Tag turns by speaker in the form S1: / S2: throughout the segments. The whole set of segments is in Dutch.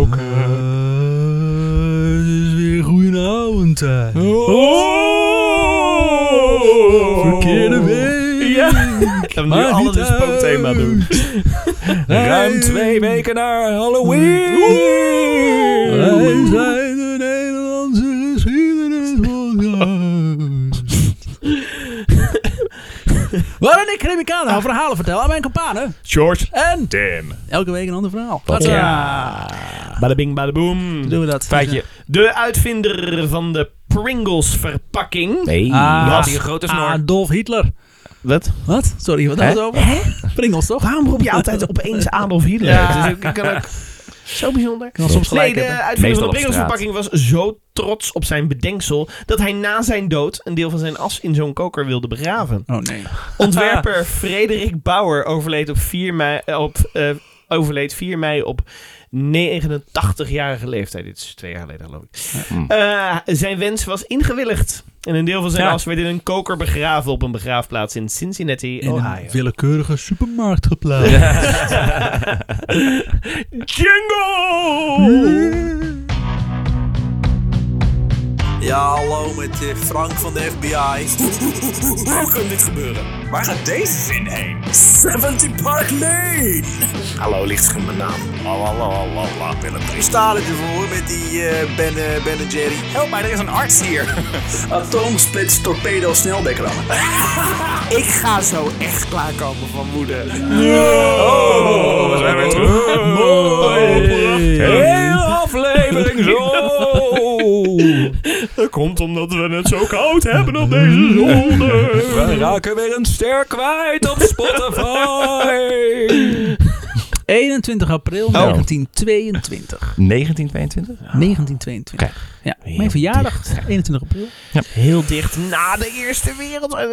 S1: Eh, punten.
S2: Oh.
S1: Verkeerde week.
S2: Ja. En nu
S1: Maar
S2: alle
S1: niet
S2: een spookthema
S1: uit.
S2: doen. Ruim
S1: Hey.
S2: twee weken naar Halloween.
S1: Wij zijn de Nederlandse geschiedenispodcast. Waarin ik Grimicana verhalen vertel aan mijn kompanen.
S2: George
S1: En
S2: Tim.
S1: elke week een ander verhaal.
S2: Ja. Bada bing, bada boom.
S1: Doen we dat.
S3: Feitje.
S2: De uitvinder van de Pringles verpakking.
S3: Nee.
S1: Ah.
S2: had hier een grote snor.
S1: Adolf Hitler.
S3: Wat?
S1: Wat? Sorry, wat hadden we het over? Pringels toch?
S3: Waarom roep je altijd opeens Adolf Hitler?
S2: Ja.
S3: Het is ook- kan ook zo bijzonder.
S1: Kan soms gelijk
S2: nee, de
S1: hebben.
S2: uitvinder
S3: Meestal
S2: van
S3: op
S2: de Pringles
S3: straat.
S2: verpakking was zo trots op zijn bedenksel... dat hij na zijn dood een deel van zijn as in zo'n koker wilde begraven.
S1: Oh nee.
S2: Ontwerper Frederik Bauer overleed op 4 mei, eh, op, eh, overleed 4 mei op 89-jarige leeftijd. Dit is twee jaar geleden, geloof ik. Eh, zijn wens was ingewilligd. En een deel van zijn
S3: Ja.
S2: as werd in een koker begraven op een begraafplaats in Cincinnati,
S1: In
S2: Ohio.
S1: een willekeurige supermarkt geplaatst.
S2: Jingle!
S4: Ja, hallo met eh, Frank van de FBI. Hoe kan dit gebeuren? Waar gaat deze zin heen? 70 Park Lane! Hallo, lichtschimmel mijn naam. Ik sta ervoor met die eh ben, eh, ben en Jerry. Help mij, er is een arts hier. Atoomsplits, torpedo, sneldekker Ik ga zo echt klaarkomen van moeder.
S2: Oh, we zijn weer terug.
S3: Heel aflevering
S2: Dat komt omdat we het zo koud hebben op deze zolder.
S3: We raken weer een ster kwijt op Spotify.
S1: 21 april 1922.
S3: 1922?
S1: Ah. 1922.
S3: Kijk.
S1: Ja,
S3: Heel
S1: mijn verjaardag, 21 april.
S2: Heel dicht na de Eerste Wereld, eh,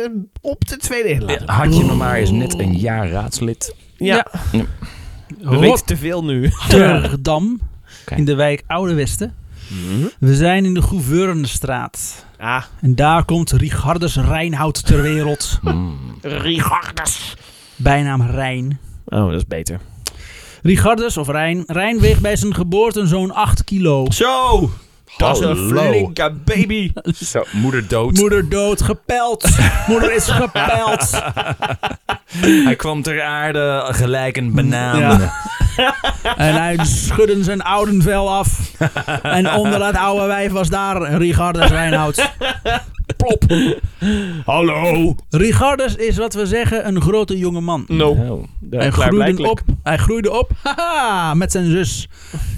S2: op de Tweede Wereld.
S3: Had je me maar eens net een jaar raadslid.
S2: Ja, we weten te veel nu.
S1: Rotterdam,
S3: Kijk.
S1: in de wijk Oude Westen. We zijn in de Gouvernestraat.
S2: Ah,
S1: En daar komt Richardus Reinhout ter wereld.
S2: Rigardus.
S1: Bijnaam Rijn.
S2: Oh, dat is beter.
S1: Richardus of Rijn. Rijn weegt bij zijn geboorte zo'n 8 kilo.
S2: Zo, dat is een
S3: Hallo.
S2: flinke baby.
S3: Zo, moeder dood.
S1: Moeder dood, gepeld. Moeder is gepeld.
S3: Hij kwam ter aarde gelijk een banaan.
S1: Ja. En hij schudde zijn oudenvel af. En onder dat oude wijf was daar Richardus Reinhout.
S2: Hallo.
S1: Richardus is wat we zeggen een grote jonge man.
S2: No.
S3: Oh.
S1: Hij groeide, op, hij groeide op haha, met zijn zus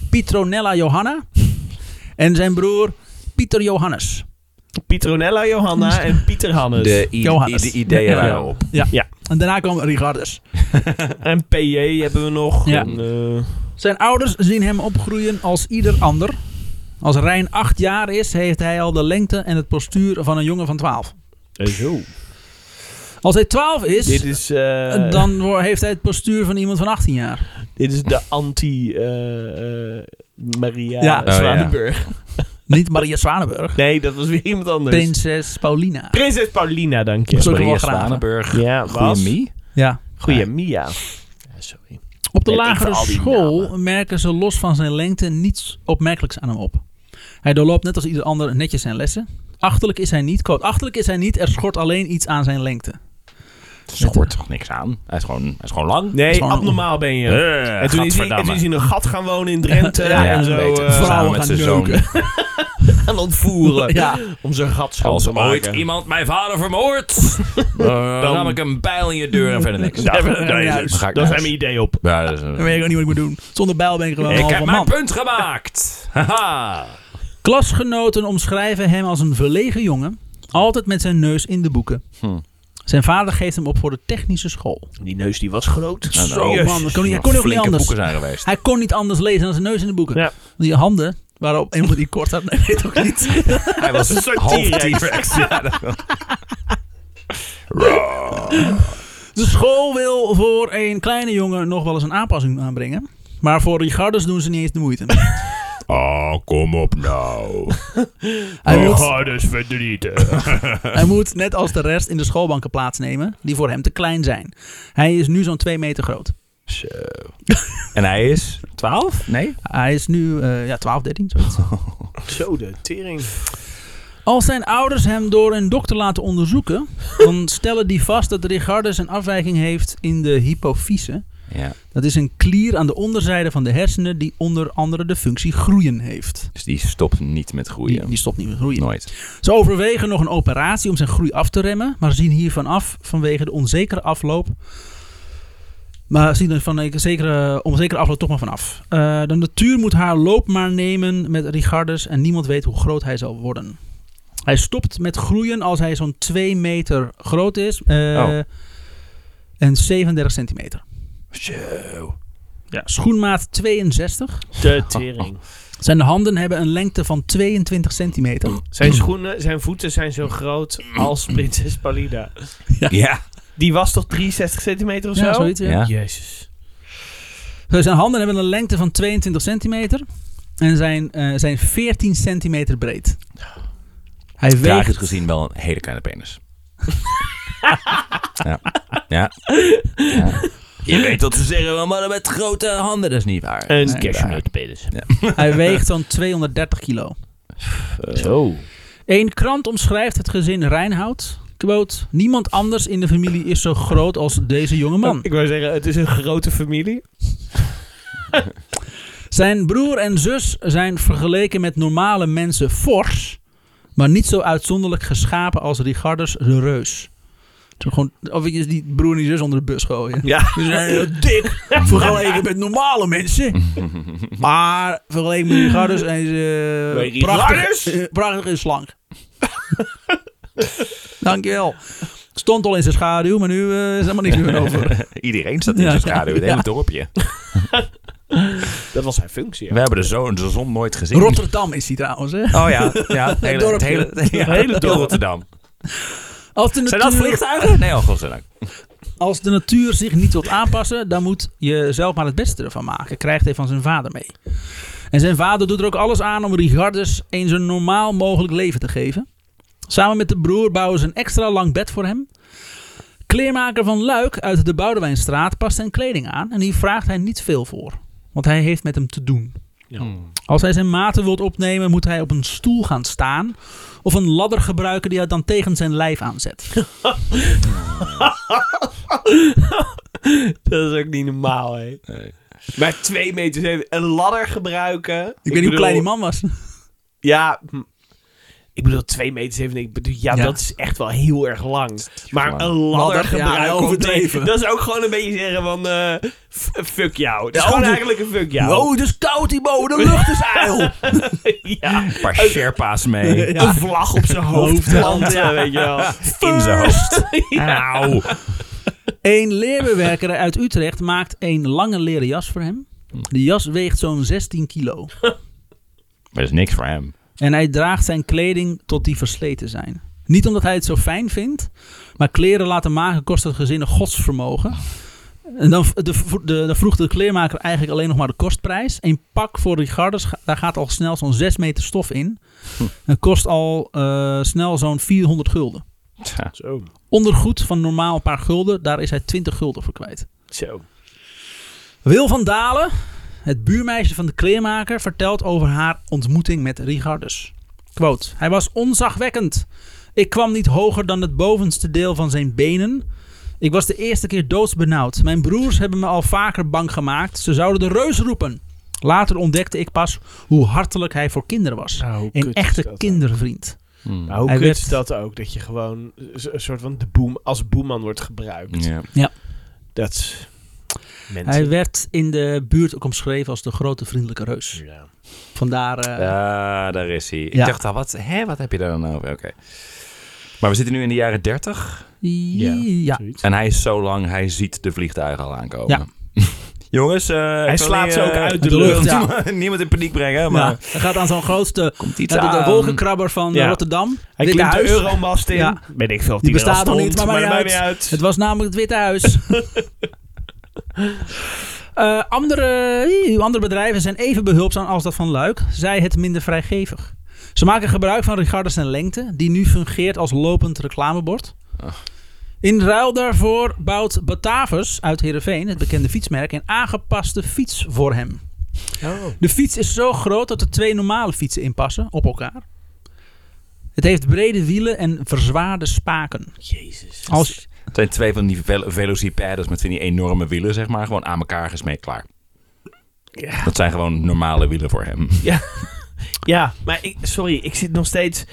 S1: Pitronella Johanna en zijn broer Pieter Johannes.
S2: Pietronella Johanna en Pieter Hannes.
S3: De, i-
S1: Johannes.
S3: i- de ideeën
S1: Ja.
S3: waren op.
S1: Ja.
S2: Dus Ja.
S1: En daarna kwam Richardus.
S2: En PJ hebben we nog.
S1: Ja.
S2: En, eh,
S1: Zijn ouders zien hem opgroeien als ieder ander. Als Rijn acht jaar is, heeft hij al de lengte en het postuur van een jongen van 12.
S2: en zo.
S1: Als hij 12 is,
S2: Dit is, eh,
S1: dan wo- heeft hij het postuur van iemand van 18 jaar.
S2: dit is de anti eh, eh, Maria
S1: Ja. Oh,
S3: ja.
S2: Zwanenburg.
S1: Niet Maria Zwanenburg.
S2: Nee, dat was weer iemand anders.
S1: Prinses Paulina.
S2: Prinses Paulina, dank je.
S1: Zo- Zullen we
S3: Maria
S1: wel graven?
S3: Zwanenburg.
S2: Ja, was.
S3: Goeie Mie.
S1: Ja.
S2: Goeie Mia. sorry.
S1: Op de
S3: Weet ik
S1: lagere
S3: veel al die
S1: school merken ze los van zijn lengte niets opmerkelijks aan hem op. Hij doorloopt net als ieder ander netjes zijn lessen. Achterlijk is hij niet, quote, achterlijk is hij niet, er schort alleen iets aan zijn lengte.
S3: Schort toch niks aan. Hij is gewoon, hij is gewoon lang.
S2: Nee,
S1: Gewoon-
S2: abnormaal ben je.
S3: Eh,
S2: en, toen is hij, en toen is hij in een gat gaan wonen in Drenthe.
S1: Ja,
S2: en zo
S3: beter.
S2: eh,
S1: Vrouw.
S3: Samen
S1: vrouwen
S3: met
S1: gaan
S3: zijn zoon.
S1: neuken.
S2: gaan ontvoeren.
S1: Ja.
S2: Om zijn gat schoon
S3: Als
S2: te maken.
S3: ooit iemand mijn vader vermoordt, dan nam ik een pijl in je deur en verder niks.
S2: Ja,
S3: Dan
S2: dat is-
S1: huis.
S3: ga ik
S2: Dat is
S3: naar
S2: mijn
S3: huis.
S2: idee op.
S3: Ja, dat is
S1: Dan
S3: een-
S1: weet ik ook niet wat ik moet doen. Zonder bijl ben ik gewoon een
S3: Ik heb
S1: halve
S3: mijn
S1: man.
S3: punt gemaakt. Haha.
S1: Klasgenoten omschrijven hem als een verlegen jongen. Altijd met zijn neus in de boeken.
S3: Hm.
S1: Zijn vader geeft hem op voor de technische school.
S2: Die neus die was groot.
S3: Nou, nou,
S2: Serieus.
S1: man, dat kon hij- hij
S3: nog
S1: kon ook niet
S3: flinke
S1: anders.
S3: boeken zijn geweest.
S1: Hij kon niet anders lezen dan zijn neus in de boeken.
S2: Ja.
S1: Die handen waren op een van die kort had. Nee, weet ik ook niet.
S3: Hij was een
S2: soort
S3: half
S2: T-Rex.
S3: T-Rex. ja, dat-
S1: De school wil voor een kleine jongen nog wel eens een aanpassing aanbrengen. Maar voor Richardus doen ze niet eens de moeite.
S3: Oh, kom op nou.
S1: Hij moet,
S2: Oh, dus verdrieten.
S1: hij moet net als de rest in de schoolbanken plaatsnemen die voor hem te klein zijn. Hij is nu zo'n 2 meter groot.
S3: Zo. En hij is 12? Nee?
S1: Hij is nu eh, ja, 12, 13. Zoiets.
S2: Zo, de tering.
S1: Als zijn ouders hem door een dokter laten onderzoeken, dan stellen die vast dat Richardus een afwijking heeft in de hypofyse.
S3: Ja.
S1: Dat is een klier aan de onderzijde van de hersenen die onder andere de functie groeien heeft.
S3: Dus die stopt niet met
S1: Die,
S3: groeien.
S1: die stopt niet met groeien.
S3: Nooit.
S1: Ze overwegen nog een operatie om zijn groei af te remmen, maar zien hiervan af vanwege de onzekere afloop. Maar zien er van een zekere, onzekere afloop toch maar vanaf. Eh de natuur moet haar loop maar nemen met Richardus en niemand weet hoe groot hij zal worden. Hij stopt met groeien als hij zo'n 2 meter groot is eh,
S3: Oh.
S1: en 37 centimeter.
S3: Zo.
S1: Ja, schoenmaat 62.
S2: De tering.
S1: Zijn handen hebben een lengte van 22 centimeter.
S2: Zijn schoenen, zijn voeten zijn zo groot als prinses Palida.
S3: Ja.
S2: Die was toch 63 centimeter of zo?
S1: Ja, zoiets. ja.
S3: Ja.
S2: Jezus.
S1: Zo, Eh, Zijn handen hebben een lengte van 22 centimeter en zijn, eh, zijn 14 centimeter breed. Hij
S3: Tragisch
S1: weegt,
S3: gezien wel een hele kleine penis. ja. Ja. Je weet dat ze zeggen, wel mannen met grote handen. Dat is niet waar.
S2: Een
S3: Dat is niet waar.
S2: cashmate penis.
S1: hij weegt zo'n 230 kilo.
S3: Eh,
S2: Zo.
S1: Eén krant omschrijft het gezin Reinhout. Quote, niemand anders in de familie is zo groot als deze jonge man.
S2: Ik wou zeggen, het is een grote familie.
S1: Zijn broer en zus zijn vergeleken met normale mensen fors, maar niet zo uitzonderlijk geschapen als Richardus de Reus. Zo Gewoon, of je die broer en die zus onder de bus gooien.
S2: Ja.
S1: Ze zijn heel dik vergeleken met normale mensen. Maar vergeleken met Richardus zijn ze
S2: Bij Richardus?
S1: eh, prachtig, eh, prachtig en slank. Dankjewel. Stond al in zijn schaduw, maar nu eh, is er helemaal niks meer over.
S3: Iedereen staat in
S1: Ja.
S3: zijn schaduw. Het
S1: Ja.
S3: hele dorpje.
S2: Dat was zijn functie.
S3: We hebben de zon, de zon nooit gezien.
S1: Rotterdam is hij trouwens. Hè?
S3: Oh ja, ja het hele, het
S1: dorpje.
S3: hele, ja,
S2: hele dorp.
S3: heel Rotterdam.
S1: Als de
S3: Zijn dat
S1: natuur-
S3: vliegtuigen? Nee, oh godzijdank.
S1: Als de natuur zich niet wilt aanpassen, dan moet je zelf maar het beste ervan maken. Krijgt hij van zijn vader mee. En zijn vader doet er ook alles aan om Rigardus een zo normaal mogelijk leven te geven. Samen met de broer bouwen ze een extra lang bed voor hem. Kleermaker van Luik uit de Boudewijnstraat past zijn kleding aan en hier vraagt hij niet veel voor. Want hij heeft met hem te doen. Als hij zijn maten wilt opnemen, moet hij op een stoel gaan staan. Of een ladder gebruiken die hij dan tegen zijn lijf aanzet.
S2: Dat is ook niet normaal, hè.
S3: Nee.
S2: Maar twee meter zeven, een ladder gebruiken. Ik,
S1: Ik weet niet hoe
S2: bedoel,
S1: klein die man was.
S2: Ja, hm. ik bedoel twee meter zeven. Ik bedoel, ja,
S1: Ja.
S2: dat is echt wel heel erg lang. Maar
S3: lang.
S2: een ladder
S1: Ladder, ja,
S2: gebruiken, om
S1: overdreven.
S2: te- dat is ook gewoon een beetje zeggen van, eh, f- fuck jou. Dat is
S1: Ja,
S2: gewoon
S1: de-
S2: eigenlijk een fuck jou.
S1: Oh, het is koud Timo, de lucht is eil.
S2: ja.
S3: Een paar Sherpa's mee.
S2: Een vlag op zijn hoofd planten, weet je wel.
S3: In zijn hoofd. Auw.
S1: Een leerbewerker uit Utrecht maakt een lange leren jas voor hem. De jas weegt zo'n 16 kilo.
S3: Maar dat is niks voor hem.
S1: En hij draagt zijn kleding tot die versleten zijn. Niet omdat hij het zo fijn vindt, maar kleren laten maken kost het gezin een godsvermogen. En dan, v- de, v- de, dan vroeg de kleermaker eigenlijk alleen nog maar de kostprijs. Een pak voor Ricardus, ga- daar gaat al snel zo'n 6 meter stof in. Dat kost al eh, snel zo'n 400 gulden.
S3: Tja.
S2: Zo.
S1: Ondergoed van normaal een paar gulden, daar is hij 20 gulden voor kwijt.
S2: Zo.
S1: Wil van Dalen, het buurmeisje van de kleermaker, vertelt over haar ontmoeting met Rigardus. Quote, hij was onzagwekkend. Ik kwam niet hoger dan het bovenste deel van zijn benen. Ik was de eerste keer doodsbenauwd. Mijn broers hebben me al vaker bang gemaakt. Ze zouden de reus roepen. Later ontdekte ik pas hoe hartelijk hij voor kinderen was.
S2: Nou, hoe
S1: Een
S2: kut is
S1: echte
S2: dat
S1: kindervriend.
S3: Hmm.
S2: Nou, hoe
S1: Hij
S2: kut
S1: werd-
S2: is dat ook? Dat je gewoon z- een soort van de boem, als boeman wordt gebruikt.
S3: Ja.
S2: Dat is... Mensen.
S1: Hij werd in de buurt ook omschreven als de grote vriendelijke reus.
S2: Ja.
S1: Vandaar... eh,
S3: Ah, daar is hij.
S1: Ja.
S3: Ik dacht al, wat, hè, wat heb je daar dan over? Oké. Maar we zitten nu in de jaren 30
S1: ja.
S2: zoiets.
S3: en hij is zo lang, hij ziet de vliegtuigen al aankomen. Jongens, eh, ik wil
S2: slaat
S3: niet,
S2: ze ook
S3: eh,
S2: uit de
S1: lucht, ja.
S3: niemand- Niemand in paniek brengen, maar
S1: Ja, hij gaat aan zo'n grootste
S3: komt iets
S1: Ja, de, de
S3: aan.
S1: wolkenkrabber van
S2: Ja.
S1: Rotterdam.
S2: Hij
S1: Witte
S2: klimt de
S1: Huis.
S2: Euromast in.
S1: Ja.
S2: Weet ik veel of
S1: Die
S2: die, er al
S1: bestaat nog
S2: stond,
S1: niet, maar maakt
S2: dat
S1: niet
S2: maakt niet
S1: Het was namelijk het Witte Huis. Eh, andere, andere bedrijven zijn even behulpzaam als dat van Luik. Zij het minder vrijgevig. Ze maken gebruik van Ricardus en Lengte, die nu fungeert als lopend reclamebord.
S3: Ach.
S1: In ruil daarvoor bouwt Batavus uit Heerenveen, het bekende fietsmerk, een aangepaste fiets voor hem.
S2: uit.
S1: Oh, De fiets is zo groot dat er twee normale fietsen in passen op elkaar. Het heeft brede wielen en verzwaarde spaken.
S2: Jezus.
S1: Als,
S3: Het zijn twee van die vel- velocipedes met van die enorme wielen, zeg maar. Gewoon aan elkaar gesmeed, klaar.
S2: Ja.
S3: Dat zijn gewoon normale wielen voor hem.
S2: Ja, maar ik, sorry, ik zit nog steeds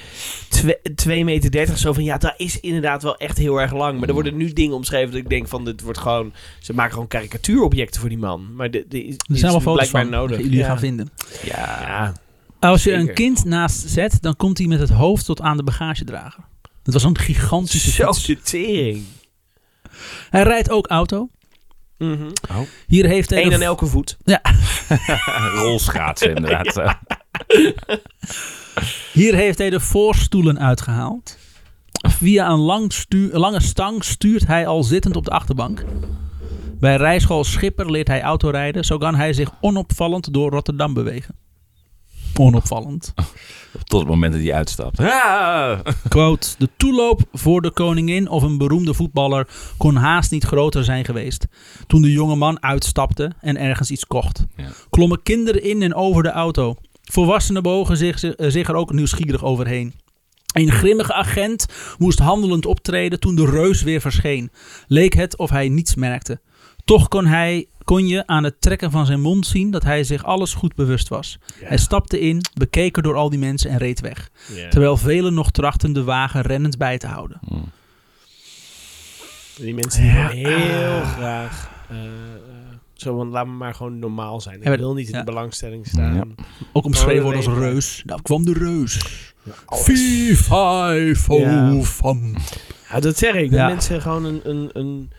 S2: 2 meter 30 zo van... Ja, dat is inderdaad wel echt heel erg lang. Maar er worden nu dingen omschreven dat ik denk van... Dit wordt gewoon... Ze maken gewoon karikatuurobjecten voor die man. Maar dit, dit, is-
S1: er
S2: dit
S1: zijn wel
S2: is
S1: foto's
S2: blijkbaar
S1: van
S2: nodig.
S1: die jullie
S2: ja.
S1: gaan vinden.
S3: Ja.
S2: Ja.
S1: Als je een
S2: Zeker.
S1: kind naast zet, dan komt hij met het hoofd tot aan de bagagedrager. Dat was een gigantische
S2: Zo
S1: fiets.
S2: de tering.
S1: Hij rijdt ook auto.
S2: Mhm.
S1: Hier heeft hij
S2: Eén
S1: de-
S2: aan elke voet.
S3: Rolschaatsen, inderdaad.
S1: Hier heeft hij de voorstoelen uitgehaald. Via een lang stu- lange stang stuurt hij al zittend op de achterbank. Bij rijschool Schipper leert hij autorijden. Zo kan hij zich onopvallend door Rotterdam bewegen. Onopvallend.
S3: Tot het moment dat hij uitstapt. Ah!
S1: Quote, de toeloop voor de koningin of een beroemde voetballer kon haast niet groter zijn geweest. Toen de jonge man uitstapte en ergens iets kocht.
S3: Ja.
S1: Klommen kinderen in en over de auto. Volwassenen bogen zich, zich, eh, zich er ook nieuwsgierig overheen. Een grimmige agent moest handelend optreden toen de reus weer verscheen. Leek het of hij niets merkte. Toch kon, hij, kon je aan het trekken van zijn mond zien dat hij zich alles goed bewust was. Hij stapte in, bekeken door al die mensen en reed weg. Terwijl velen nog trachten de wagen rennend bij te houden.
S3: Oh.
S2: Die mensen die willen heel
S1: ah.
S2: graag... eh, eh, zo van, laat me maar gewoon normaal zijn.
S1: Ja,
S2: Ik
S1: maar-
S2: wil niet in
S1: ja.
S2: de belangstelling staan.
S1: Ook omschreven
S2: Oh,
S1: worden als
S2: nee.
S1: reus. Nou, kwam de reus.
S2: Alles.
S1: Fie, fi, fo,
S2: Ja.
S1: fam.
S2: Ja, dat zeg ik. Dat
S1: Ja.
S2: mensen gewoon een... een, een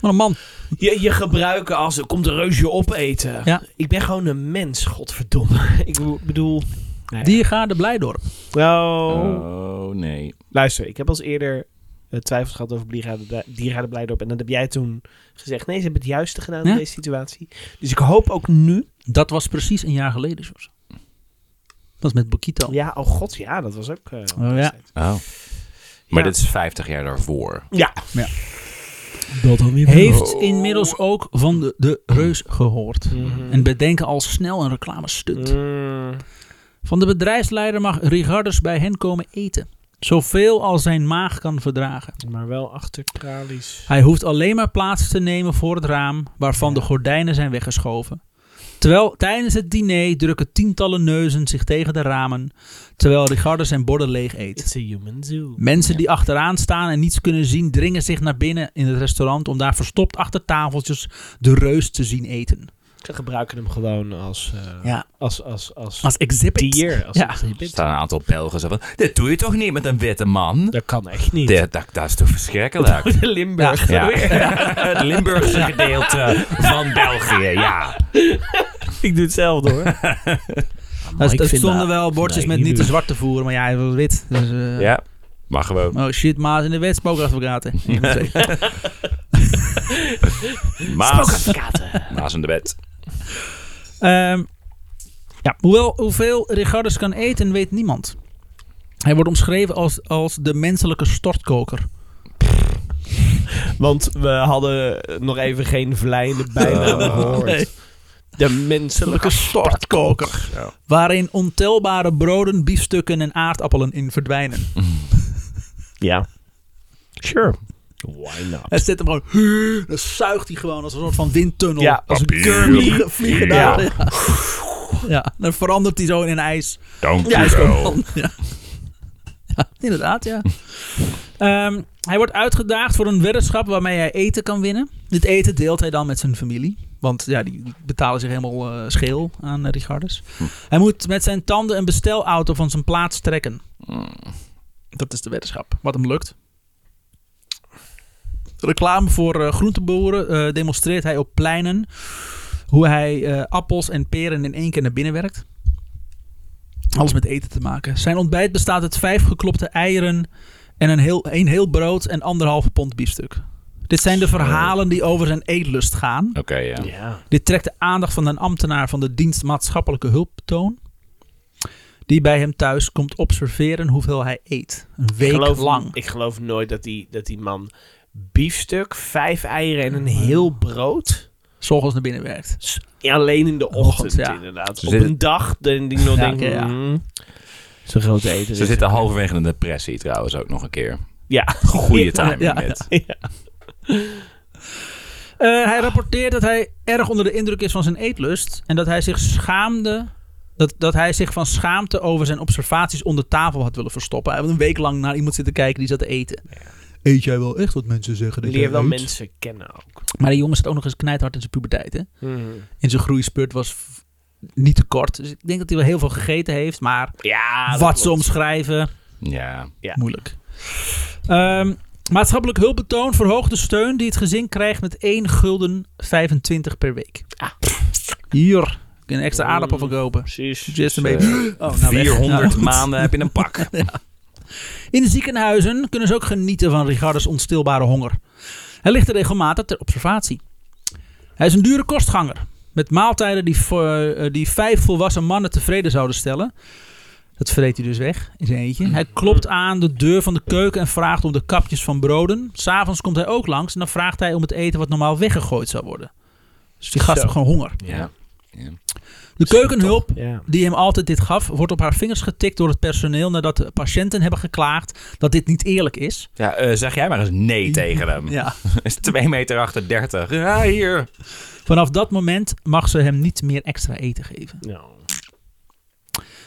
S1: Wat een man.
S2: je, je gebruiken als... er Komt een reusje opeten.
S1: Ja.
S2: Ik ben gewoon een mens, godverdomme. ik bedo- bedoel... nou ja.
S1: Diergaarde Blijdorp.
S2: Nou,
S3: Oh, nee.
S2: luister. Ik heb als eerder eh, twijfels gehad over Dierade- Dierade Blijdorp. En dat heb jij toen gezegd. Nee, ze hebben het juiste gedaan
S1: Ja.
S2: in deze situatie. Dus ik hoop ook nu...
S1: Dat was precies een jaar geleden, Jos. Dat was met Bokito.
S2: Ja, oh god, ja, dat was ook... eh,
S1: Oh, ja.
S3: Oh. Maar
S2: Ja.
S3: dit is 50 jaar daarvoor.
S2: Ja.
S1: Dat dan weer Heeft inmiddels ook van de, de reus gehoord. En bedenken al snel een reclamestunt.
S2: Mm.
S1: Van de bedrijfsleider mag Rigardus bij hen komen eten. Zoveel als zijn maag kan verdragen.
S2: Maar wel achter tralies.
S1: Hij hoeft alleen maar plaats te nemen voor het raam waarvan de gordijnen zijn weggeschoven. Terwijl tijdens het diner drukken tientallen neuzen zich tegen de ramen, terwijl Ricardo zijn borden leeg eet.
S2: It's a human zoo.
S1: Mensen die achteraan staan en niets kunnen zien, dringen zich naar binnen in het restaurant om daar verstopt achter tafeltjes de reus te zien eten.
S2: Ze gebruiken hem gewoon als... eh,
S1: Ja,
S2: als, als, als,
S1: als exhibit.
S2: dier. Als
S1: Ja.
S3: Er
S2: exhibit.
S3: staan een aantal Belgen zo van... Dit doe je toch niet met een witte man?
S2: Dat kan echt niet.
S3: Dit, dat, dat is toch verschrikkelijk?
S2: De Limburg.
S3: Ja. Het Limburgse gedeelte van België, ja.
S2: Ik doe hetzelfde hoor.
S1: Er
S2: ik vind
S1: Dus stonden
S2: dat-
S1: wel bordjes
S2: Nee,
S1: met
S2: niet
S1: niet te
S2: doen.
S1: zwart te voeren, maar ja, hij was wit. Dus, eh,
S3: Ja, maar gewoon.
S1: Oh shit, maat in de wet, spookadvocaat. hè.
S3: Maas. Maas in de bed.
S1: Ehm, ja, hoewel hoeveel Rigardus kan eten, weet niemand. Hij wordt omschreven als, als de menselijke stortkoker.
S2: Want we hadden nog even geen vlijende bijnaam gehoord.
S1: nee.
S2: Oh. De menselijke
S1: stortkoker. Waarin ontelbare broden, biefstukken en aardappelen in verdwijnen.
S2: Ja. Sure. Why not?
S1: Hij zet hem gewoon... Dan zuigt hij gewoon als een soort van windtunnel.
S2: Ja,
S1: als een
S3: Papier.
S1: vliegen, vliegen
S2: Ja.
S1: daar. Ja. Ja, dan verandert hij zo in ijs.
S3: Dank
S1: Ja,
S3: u
S1: is
S3: wel.
S1: gewoon- ja. Ja, inderdaad, ja. Ehm, hij wordt uitgedaagd voor een weddenschap waarmee hij eten kan winnen. Dit eten deelt hij dan met zijn familie. Want ja, die betalen zich helemaal eh, scheel aan eh, Richardus. Hij moet met zijn tanden een bestelauto van zijn plaats trekken. Hmm, Dat is de weddenschap. Wat hem lukt. Reclame voor eh, groenteboeren eh, demonstreert hij op pleinen. Hoe hij eh, appels en peren in één keer naar binnen werkt. Alles met eten te maken. Zijn ontbijt bestaat uit vijf geklopte eieren en een heel, een heel brood en anderhalve pond biefstuk. Dit zijn de verhalen die over zijn eetlust gaan.
S3: Oké, ja.
S2: Ja.
S1: Dit trekt de aandacht van een ambtenaar van de dienst maatschappelijke hulptoon. Die bij hem thuis komt observeren hoeveel hij eet. Een week
S2: geloof,
S1: lang.
S2: Ik geloof nooit dat die, dat die man biefstuk, vijf eieren en een heel brood...
S1: Zorgens naar binnen werkt.
S2: s- Alleen in de
S1: Ochtend,
S2: ochtend,
S1: ja.
S2: inderdaad.
S3: Ze
S2: Op
S3: zitten-
S2: een dag dat ik nog
S1: Ja,
S2: denk...
S1: ja, ja.
S2: mm, Zo'n grote eten.
S3: Ze zitten halverwege een depressie trouwens ook nog een keer.
S2: Ja.
S3: Goede timing
S1: ja,
S3: dit.
S1: Eh, hij rapporteert dat hij erg onder de indruk is van zijn eetlust. En dat hij zich schaamde. Dat, dat hij zich van schaamte over zijn observaties onder tafel had willen verstoppen. Hij had een week lang naar iemand zitten kijken die zat te eten. Eet jij wel echt wat mensen zeggen? dat jij
S2: Leer wel
S1: eet?
S2: mensen kennen ook.
S1: Maar die jongen zit ook nog eens knijthard in zijn puberteit. Hè?
S2: Hmm.
S1: In zijn groeispurt was f- niet te kort. Dus ik denk dat hij wel heel veel gegeten heeft. Maar
S2: Ja, Ah, dat
S1: wat
S2: klopt.
S1: ze omschrijven,
S3: Ja.
S2: Ja.
S1: moeilijk. Ehm, maatschappelijk hulpbetoon verhoogt de steun die het gezin krijgt met 1 gulden 25 per week.
S2: Ah.
S1: Hier, kun je een extra aardappel van kopen.
S2: Precies.
S1: Just een
S3: Dus,
S1: beetje. Oh, nou weg.
S3: 400
S1: Nou, goed.
S3: maanden heb je een pak.
S1: In de ziekenhuizen kunnen ze ook genieten van Richardus onstilbare honger. Hij ligt er regelmatig ter observatie. Hij is een dure kostganger. Met maaltijden die, voor, eh, die vijf volwassen mannen tevreden zouden stellen. Dat vreet hij dus weg in zijn eentje. Hij klopt aan de deur van de keuken en vraagt om de kapjes van broden. S'avonds komt hij ook langs en dan vraagt hij om het eten wat normaal weggegooid zou worden. Dus die gast
S2: Zo.
S1: heeft gewoon honger.
S3: Ja.
S1: De keukenhulp
S2: Ja.
S1: die hem altijd dit gaf, wordt op haar vingers getikt door het personeel nadat de patiënten hebben geklaagd dat dit niet eerlijk is.
S3: ja eh, zeg jij maar eens nee tegen hem.
S1: Ja.
S3: Is 2 meter achter 30. Ja, hier.
S1: Vanaf dat moment mag ze hem niet meer extra eten geven.
S2: Nou.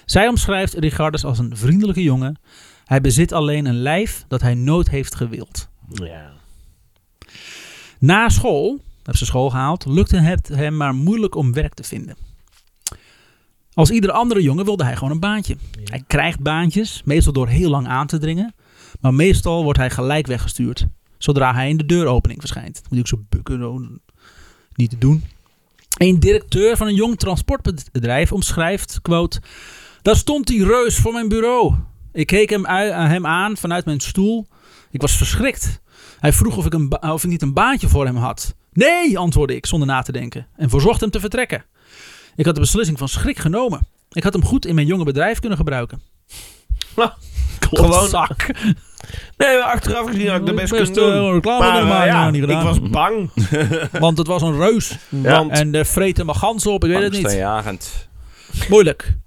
S1: Zij omschrijft Richardus als een vriendelijke jongen. Hij bezit alleen een lijf dat hij nooit heeft gewild.
S2: Ja.
S1: Na school, heeft ze school gehaald, lukte het hem maar moeilijk om werk te vinden. Als iedere andere jongen wilde hij gewoon een baantje. Hij krijgt baantjes, meestal door heel lang aan te dringen. Maar meestal wordt hij gelijk weggestuurd. Zodra hij in de deuropening verschijnt. Moet je ook zo bukken, zo. niet te doen. Een directeur van een jong transportbedrijf omschrijft, quote... Daar stond die reus voor mijn bureau. Ik keek hem, ui- hem aan vanuit mijn stoel. Ik was verschrikt. Hij vroeg of ik, een ba- of ik niet een baantje voor hem had. Nee, antwoordde ik zonder na te denken en verzocht hem te vertrekken. Ik had de beslissing van schrik genomen. Ik had hem goed in mijn jonge bedrijf kunnen gebruiken.
S2: Gewoon.
S1: zak.
S2: Nee, maar achteraf gezien had ik dat best, kunnen doen.
S1: eh, reclame
S2: Maar,
S1: er
S2: eh,
S1: maar,
S2: ja,
S1: nou, niet gedaan.
S2: ik was bang.
S1: Want het was een reus.
S2: Want
S1: En eh vreet hem maar ganzen op, ik weet het niet. Oh,
S3: Angstaanjagend.
S1: Moeilijk.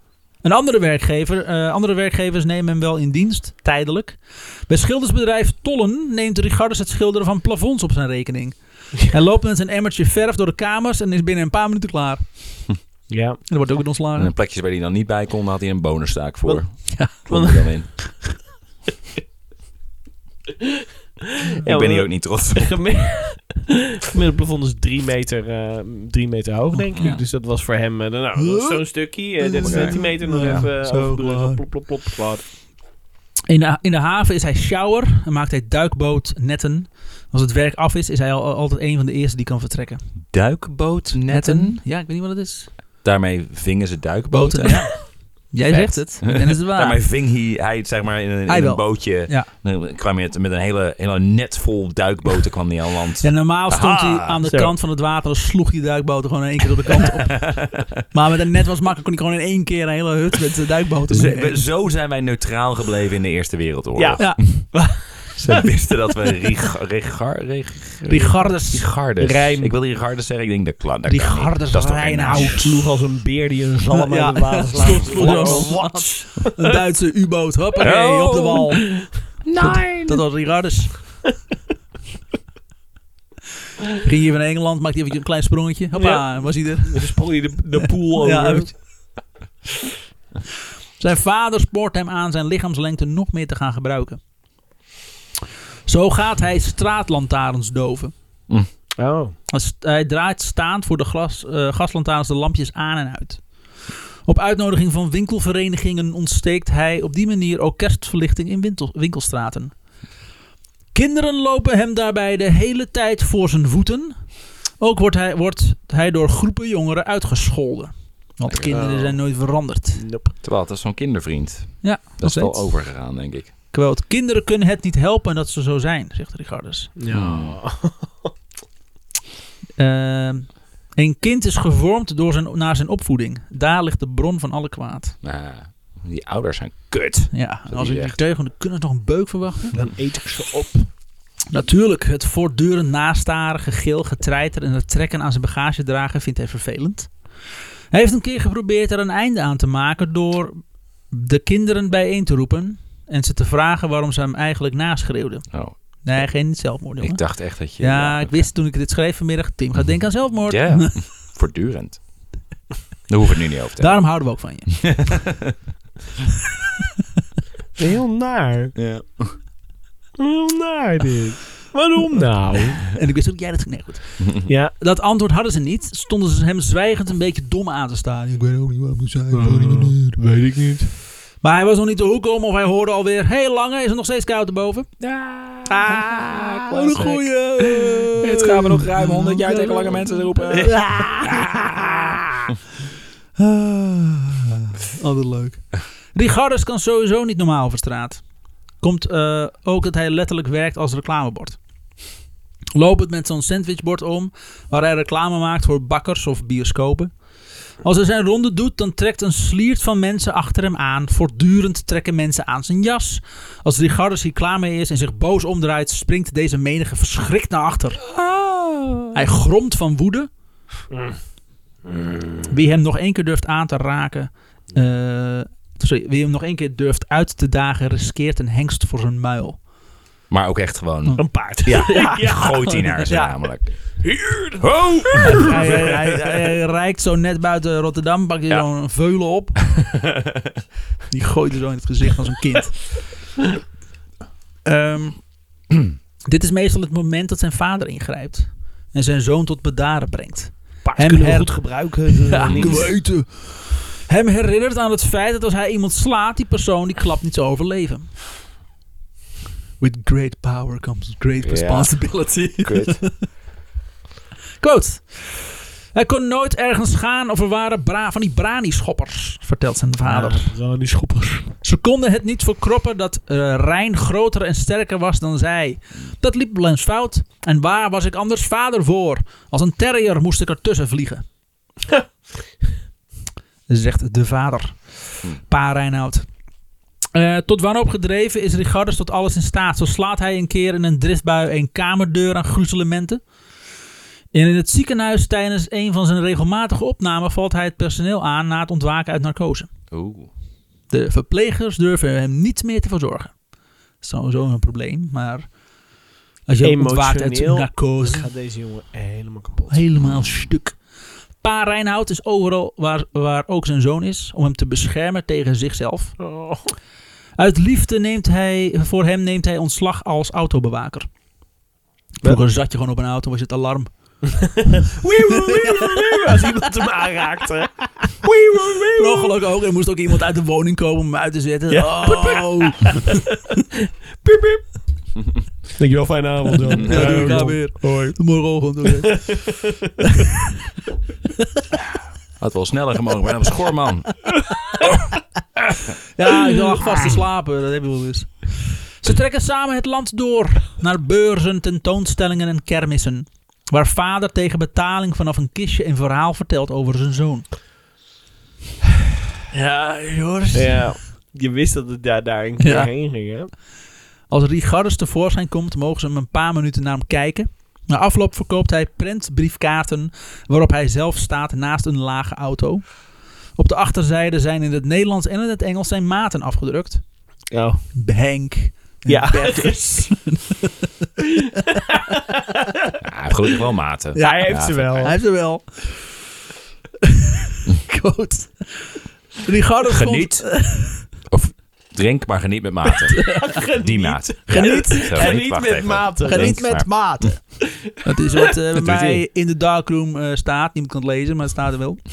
S1: Een andere werkgever, eh, andere werkgevers nemen hem wel in dienst, tijdelijk. Bij schildersbedrijf Tollen neemt Richardus het schilderen van plafonds op zijn rekening. Hij loopt met zijn emmertje verf door de kamers en is binnen een paar minuten klaar. En
S2: Ja.
S1: dan wordt ook weer
S3: En de
S1: ontslagen.
S3: plekjes waar hij dan niet bij kon, daar had hij een bonusstaak voor.
S1: Ja.
S3: Vond ik wel in.
S2: Ja,
S3: ik ben hier
S2: maar-
S3: ook niet trots op.
S2: Gemiddeld gemiddeld plafond is drie meter, eh, drie meter hoog, denk ik.
S1: Ja.
S2: Dus dat was voor hem eh, nou, dat is zo'n stukje, eh, 30
S3: Oké.
S2: centimeter, nog
S1: Ja,
S2: even
S1: zo
S2: eh, overbruggen.
S1: klaar.
S2: Plop, plop, plop, klaar.
S1: In de, in de haven is hij shower en maakt hij duikbootnetten. Als het werk af is, is hij al, altijd een van de eerste die kan vertrekken.
S3: Duikbootnetten.
S1: Ja, ik weet niet wat het is.
S3: Daarmee vingen ze duikboten.
S1: Boten, ja. Jij
S3: Vet.
S1: zegt het. En is het waar.
S3: Daarmee ving hij, hij het, zeg maar in een,
S1: Hij
S3: in
S1: wel.
S3: een bootje.
S1: Ja.
S3: Dan kwam hij het- met een hele, hele net vol duikboten kwam hij aan land.
S1: Ja, normaal stond
S3: Aha,
S1: hij aan de
S2: zo.
S1: kant van het water en sloeg die duikboten gewoon in één keer op de kant op. maar met een net was makkelijk, kon hij gewoon in één keer een hele hut met de duikboten.
S3: Zo-
S1: meenemen.
S3: we- zo zijn wij neutraal gebleven in de Eerste Wereldoorlog.
S2: Ja.
S1: ja,
S3: Ze wisten dat we Riga- Riga- Riga-
S1: Rigardus.
S3: Rigardes.
S2: Rijm.
S3: Ik wil Rigardes zeggen, ik denk dat klant. dat kan niet.
S1: Rigardus
S3: Dat is toch geen naam?
S1: Reinhout.
S2: Sloeg als een beer die een zalm
S1: Ja.
S2: uit het water slaat.
S1: Sloeg- sloeg
S2: Wat?
S1: zo.
S2: Wat?
S1: Een Duitse U-boot. Hoppakee,
S3: Oh.
S1: op de wal. Nee. Dat, dat was Rigardus. Ging hier van Engeland, maakte even een klein sprongetje. Hoppa,
S2: Ja.
S1: was hij er.
S2: Dan sprong je de, de pool over.
S1: Ja, eventjes. Zijn vader spoort hem aan zijn lichaamslengte nog meer te gaan gebruiken. Zo gaat hij straatlantaarns doven.
S2: Oh.
S1: Als- Hij draait staand voor de glas, eh, gaslantaarns de lampjes aan en uit. Op uitnodiging van winkelverenigingen ontsteekt hij op die manier ook kerstverlichting in winkel- winkelstraten. Kinderen lopen hem daarbij de hele tijd voor zijn voeten. Ook wordt hij, wordt hij door groepen jongeren uitgescholden. Want kinderen zijn nooit veranderd.
S2: Nope.
S3: Terwijl, dat is zo'n kindervriend.
S1: Ja,
S3: Dat is wel
S1: steeds.
S3: overgegaan, denk ik.
S1: Quote, kinderen kunnen het niet helpen dat ze zo zijn, zegt Richardus.
S2: Ja.
S1: Ehm, een kind is gevormd door zijn, naar zijn opvoeding. Daar ligt de bron van alle kwaad.
S3: Nou, die ouders zijn kut.
S1: Ja, en
S3: die
S1: als ik die
S3: zegt.
S1: teugel, dan kunnen ze nog een beuk verwachten.
S2: Dan eet ik ze op.
S1: Natuurlijk, het voortdurend nastaren, gegil, getreiter en het trekken aan zijn bagagedrager vindt hij vervelend. Hij heeft een keer geprobeerd er een einde aan te maken door de kinderen bijeen te roepen en ze te vragen waarom ze hem eigenlijk naschreeuwden.
S5: Oh,
S1: Nee, geen niet zelfmoord, jongen.
S5: ik dacht echt dat je... eh,
S1: ja, ik wist toen ik dit schreef vanmiddag, Tim gaat denken aan zelfmoord.
S5: Ja, voortdurend. Daar hoeven we het nu niet over te
S1: Daarom houden we ook van je.
S2: Heel naar.
S5: hebben.
S2: Heel naar dit. Waarom nou?
S1: En ik wist ook, jij dat... Nee, goed.
S2: Ja,
S1: Dat antwoord hadden ze niet. Stonden ze hem zwijgend een beetje dom aan te staan. Ik weet ook niet wat ik moet zijn.
S2: Eh, weet ik niet.
S1: Maar hij was nog niet de hoek om of hij hoorde alweer... Hé, hey, Lange, is er nog steeds koud erboven?
S6: Ja,
S1: Ah, wat een
S6: klassiek.
S1: goeie.
S6: Het gaat me nog ruim 100 jaar tegen lange mensen te roepen.
S1: eh. Ah, altijd leuk. Rigardus kan sowieso niet normaal over straat. Komt eh, ook dat hij letterlijk werkt als reclamebord. Lopend met zo'n sandwichbord om, waar hij reclame maakt voor bakkers of bioscopen. Als hij zijn ronde doet, dan trekt een sliert van mensen achter hem aan. Voortdurend trekken mensen aan zijn jas. Als Rigardus hier klaar mee is en zich boos omdraait, springt deze menige verschrikt naar achter. Hij gromt van woede. Wie hem nog één keer durft aan te raken. eh, sorry, wie hem nog één keer durft uit te dagen, riskeert een hengst voor zijn muil.
S5: Maar ook echt gewoon...
S2: Een paard.
S5: Ja, gooit hij naar ze namelijk. Ho!
S1: Hij, hij, hij, hij reikt zo net buiten Rotterdam, pakt hij
S5: Ja.
S1: zo'n veulen op. Die gooit er zo in het gezicht van zo'n kind. Ehm, dit is meestal het moment dat zijn vader ingrijpt. En zijn zoon tot bedaren brengt.
S2: Paard
S1: Hem
S2: kunnen we
S1: her-
S2: goed gebruiken.
S1: Ja,
S2: eh, niet.
S1: weten. Hem herinnert aan het feit dat als hij iemand slaat, die persoon die klapt niet zou overleven. With great power comes great
S5: Ja.
S1: responsibility.
S5: Kut.
S1: Quote. Hij kon nooit ergens gaan of er waren bra van die brani-schoppers, vertelt zijn vader.
S2: Ja, die schoppers.
S1: Ze konden het niet verkroppen dat eh Rijn groter en sterker was dan zij. Dat liep wel eens fout. En waar was ik anders vader voor? Als een terrier moest ik ertussen vliegen. Zegt de vader. Pa Reinoud. Eh, tot wanhoop gedreven is Rigardus tot alles in staat. Zo slaat hij een keer in een driftbui een kamerdeur aan gruzelementen. En in het ziekenhuis tijdens een van zijn regelmatige opnamen valt hij het personeel aan na het ontwaken uit narcose.
S5: Oeh.
S1: De verplegers durven hem niet meer te verzorgen. Dat is sowieso een probleem, maar als je ontwaakt uit
S2: Emotioneel
S1: narcose,
S2: Gaat deze jongen helemaal kapot.
S1: helemaal stuk. Pa Reinhout is overal waar, waar ook zijn zoon is, om hem te beschermen tegen zichzelf.
S2: Oh.
S1: Uit liefde neemt hij, voor hem neemt hij ontslag als autobewaker. Vroeger zat je gewoon op een auto, was het alarm.
S2: Als iemand hem aanraakte.
S1: Per ongeluk ook, er moest ook iemand uit de woning komen om hem uit te zetten. Oh,
S2: Piep, piep. Dankjewel, fijne avond, John.
S1: Ja, doe ik daar weer.
S2: Hoi.
S1: morgenochtend. doe ik het.
S5: Had wel sneller gemogen, maar dat was Schorman.
S1: Ja, ik lag vast te slapen, dat heb je wel eens. Ze trekken samen het land door naar beurzen, tentoonstellingen en kermissen. Waar vader tegen betaling vanaf een kistje een verhaal vertelt over zijn zoon. Ja, Joris.
S2: Ja. Je wist dat het daar, daar een keer
S1: Ja.
S2: heen ging, hè?
S1: Als Rigardus tevoorschijn komt, mogen ze hem een paar minuten naar hem kijken. Na afloop verkoopt hij prentbriefkaarten waarop hij zelf staat naast een lage auto. Op de achterzijde zijn in het Nederlands en in het Engels zijn maten afgedrukt.
S2: Oh.
S1: Henk. en
S2: Ja.
S1: Bertus.
S5: Ja, hij heeft Ah, gelukkig wel maten.
S2: Ja, hij heeft
S5: Ja,
S2: ze wel.
S1: Hij heeft er wel. Goed. Ricardo vond-
S5: Geniet. Of drink, maar geniet met maten. Die maat.
S1: Geniet.
S2: Geniet met maten.
S1: Geniet met maten. Dat is wat eh bij
S5: doet
S1: mij
S5: hij.
S1: in de darkroom eh, staat. Niemand kan het lezen, maar het staat er wel.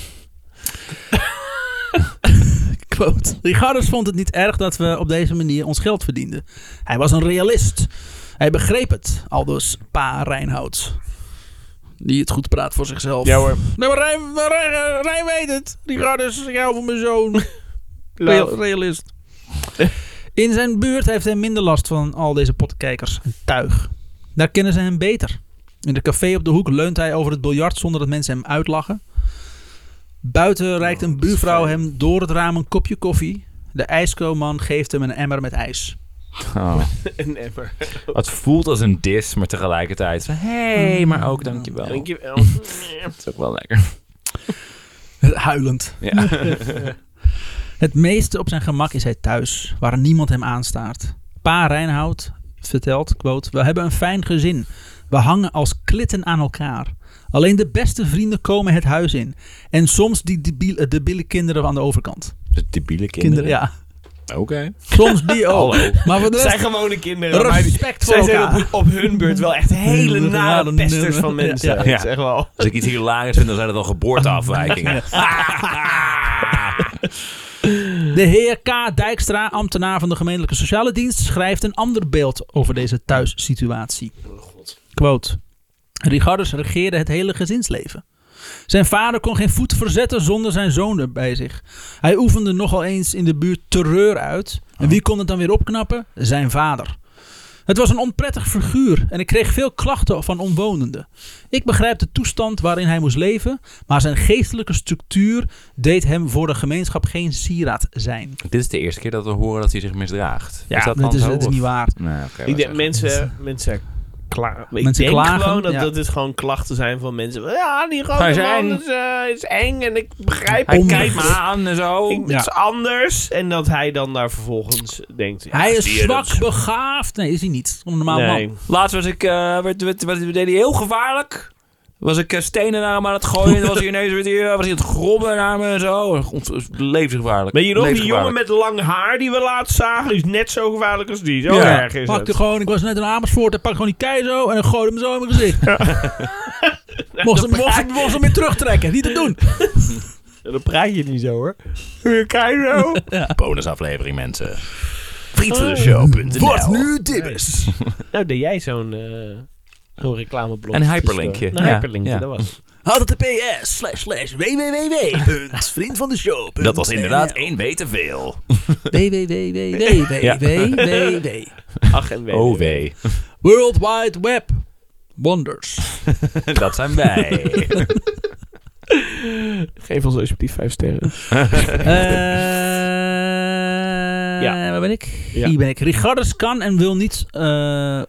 S1: Quote. Rigardus vond het niet erg dat we op deze manier ons geld verdienden. Hij was een realist. Hij begreep het, aldus pa Reinhout. Die het goed praat voor zichzelf.
S2: Ja hoor.
S1: Nee, maar Rijn, maar Rijn, eh, Rijn weet het. Rigardus, ik hou van mijn zoon. Real- realist. Nou, In zijn buurt heeft hij minder last van al deze potkijkers en tuig. Daar kennen ze hem beter. In de café op de hoek leunt hij over het biljart zonder dat mensen hem uitlachen. Buiten reikt een buurvrouw hem door het raam een kopje koffie. De ijskoman geeft hem een emmer met ijs.
S5: Oh,
S2: Een emmer.
S5: het voelt als een dis, maar tegelijkertijd. van, Hé, hey, maar ook dankjewel. Dat
S2: Dankjewel.
S5: is ook wel lekker.
S1: Huilend.
S5: Ja.
S1: Het meeste op zijn gemak is hij thuis, waar niemand hem aanstaart. Pa Reinhout vertelt, quote, we hebben een fijn gezin. We hangen als klitten aan elkaar. Alleen de beste vrienden komen het huis in. En soms die debiel, eh, debiele kinderen aan de overkant.
S5: De debiele kinderen.
S1: Kinderen, ja.
S5: Oké.
S1: Soms die
S2: Oh.
S1: ook. Maar voor de
S2: Het zijn
S1: rest,
S2: gewone kinderen. Maar die-
S1: respect voor
S2: zij zijn
S1: elkaar.
S2: op, op hun beurt wel echt hele
S1: Hele
S2: nare
S1: nare
S2: pesters van
S1: nummer. Ja,
S2: mensen.
S1: ja.
S2: Ja,
S5: Ja.
S2: Zeg wel.
S5: Als ik iets hilarisch vind, dan zijn het al geboorteafwijkingen.
S1: De heer K. Dijkstra, ambtenaar van de gemeentelijke sociale dienst, schrijft een ander beeld over deze thuissituatie. Quote. Rigardus regeerde het hele gezinsleven. Zijn vader kon geen voet verzetten zonder zijn zoon erbij zich. Hij oefende nogal eens in de buurt terreur uit. En wie kon het dan weer opknappen? Zijn vader. Het was een onprettig figuur en ik kreeg veel klachten van omwonenden. Ik begrijp de toestand waarin hij moest leven, maar zijn geestelijke structuur deed hem voor de gemeenschap geen sieraad zijn.
S5: Dit is de eerste keer dat we horen dat hij zich misdraagt.
S1: Ja,
S5: is dat,
S1: dat,
S5: dan
S1: is,
S5: zo,
S1: dat is
S5: of-
S1: niet waar.
S5: Nee, oké,
S2: Ik
S5: dat is
S2: denk
S5: echt-
S2: mensen, mensen klagen. Ik
S1: Mensen
S2: denk
S1: klagen,
S2: gewoon dat,
S1: ja.
S2: dat dit gewoon klachten zijn van mensen. Ja, die grote
S5: Hij is
S2: man
S5: eng.
S2: is, eh, is eng en ik begrijp
S5: Hij
S2: het
S5: kijkt
S2: niet.
S5: me aan en zo.
S2: Ik- Het
S1: Ja.
S2: is anders. En dat hij dan daar vervolgens denkt... ja,
S1: Hij
S2: zie
S1: is
S2: je,
S1: zwak
S2: dat-
S1: begaafd. Nee, is hij niet. Een normaal
S2: Nee.
S1: man.
S5: Laatst was ik, eh werd, werd, werd, deed hij heel gevaarlijk. Was ik eh, stenen naar hem aan het gooien. en was hij ineens werd hij, eh, was hij aan het grobben naar me en zo. Ont- Levensgevaarlijk.
S2: Ben je nog die jongen
S5: Levensgevaarlijk.
S2: met lang haar die we laatst zagen? Die is net zo gevaarlijk als die. Zo
S5: Ja.
S2: erg is
S1: Pakte
S2: het.
S1: gewoon, ik was net in Amersfoort, hij pakte gewoon die kei zo en dan gooide hem zo in mijn gezicht. mocht, hem, mocht, hem, mocht hem weer terugtrekken, niet te doen.
S2: Dan praat je niet zo hoor. Kijk zo.
S1: nou.
S5: Bonusaflevering, mensen. Vriend van de show.nl.
S1: Wat nu dit is.
S2: Nou, deed jij zo'n eh zo'n reclameblok.
S5: Oh. Een hyperlinkje.
S2: Een
S5: Ja,
S2: hyperlinkje,
S5: ja.
S2: dat was het.
S1: HTTPS slash slash www.vriendvandeshow.
S5: Dat was inderdaad één weet te veel.
S1: www.
S2: Ach en wee.
S5: Oh wee.
S1: World Wide Web. Wonders.
S5: Dat zijn wij.
S2: Geef ons alsjeblieft vijf sterren.
S1: Eh
S2: Ja.
S1: Waar ben ik?
S2: Ja.
S1: Hier ben ik. Rigardus kan en wil niet eh, eh,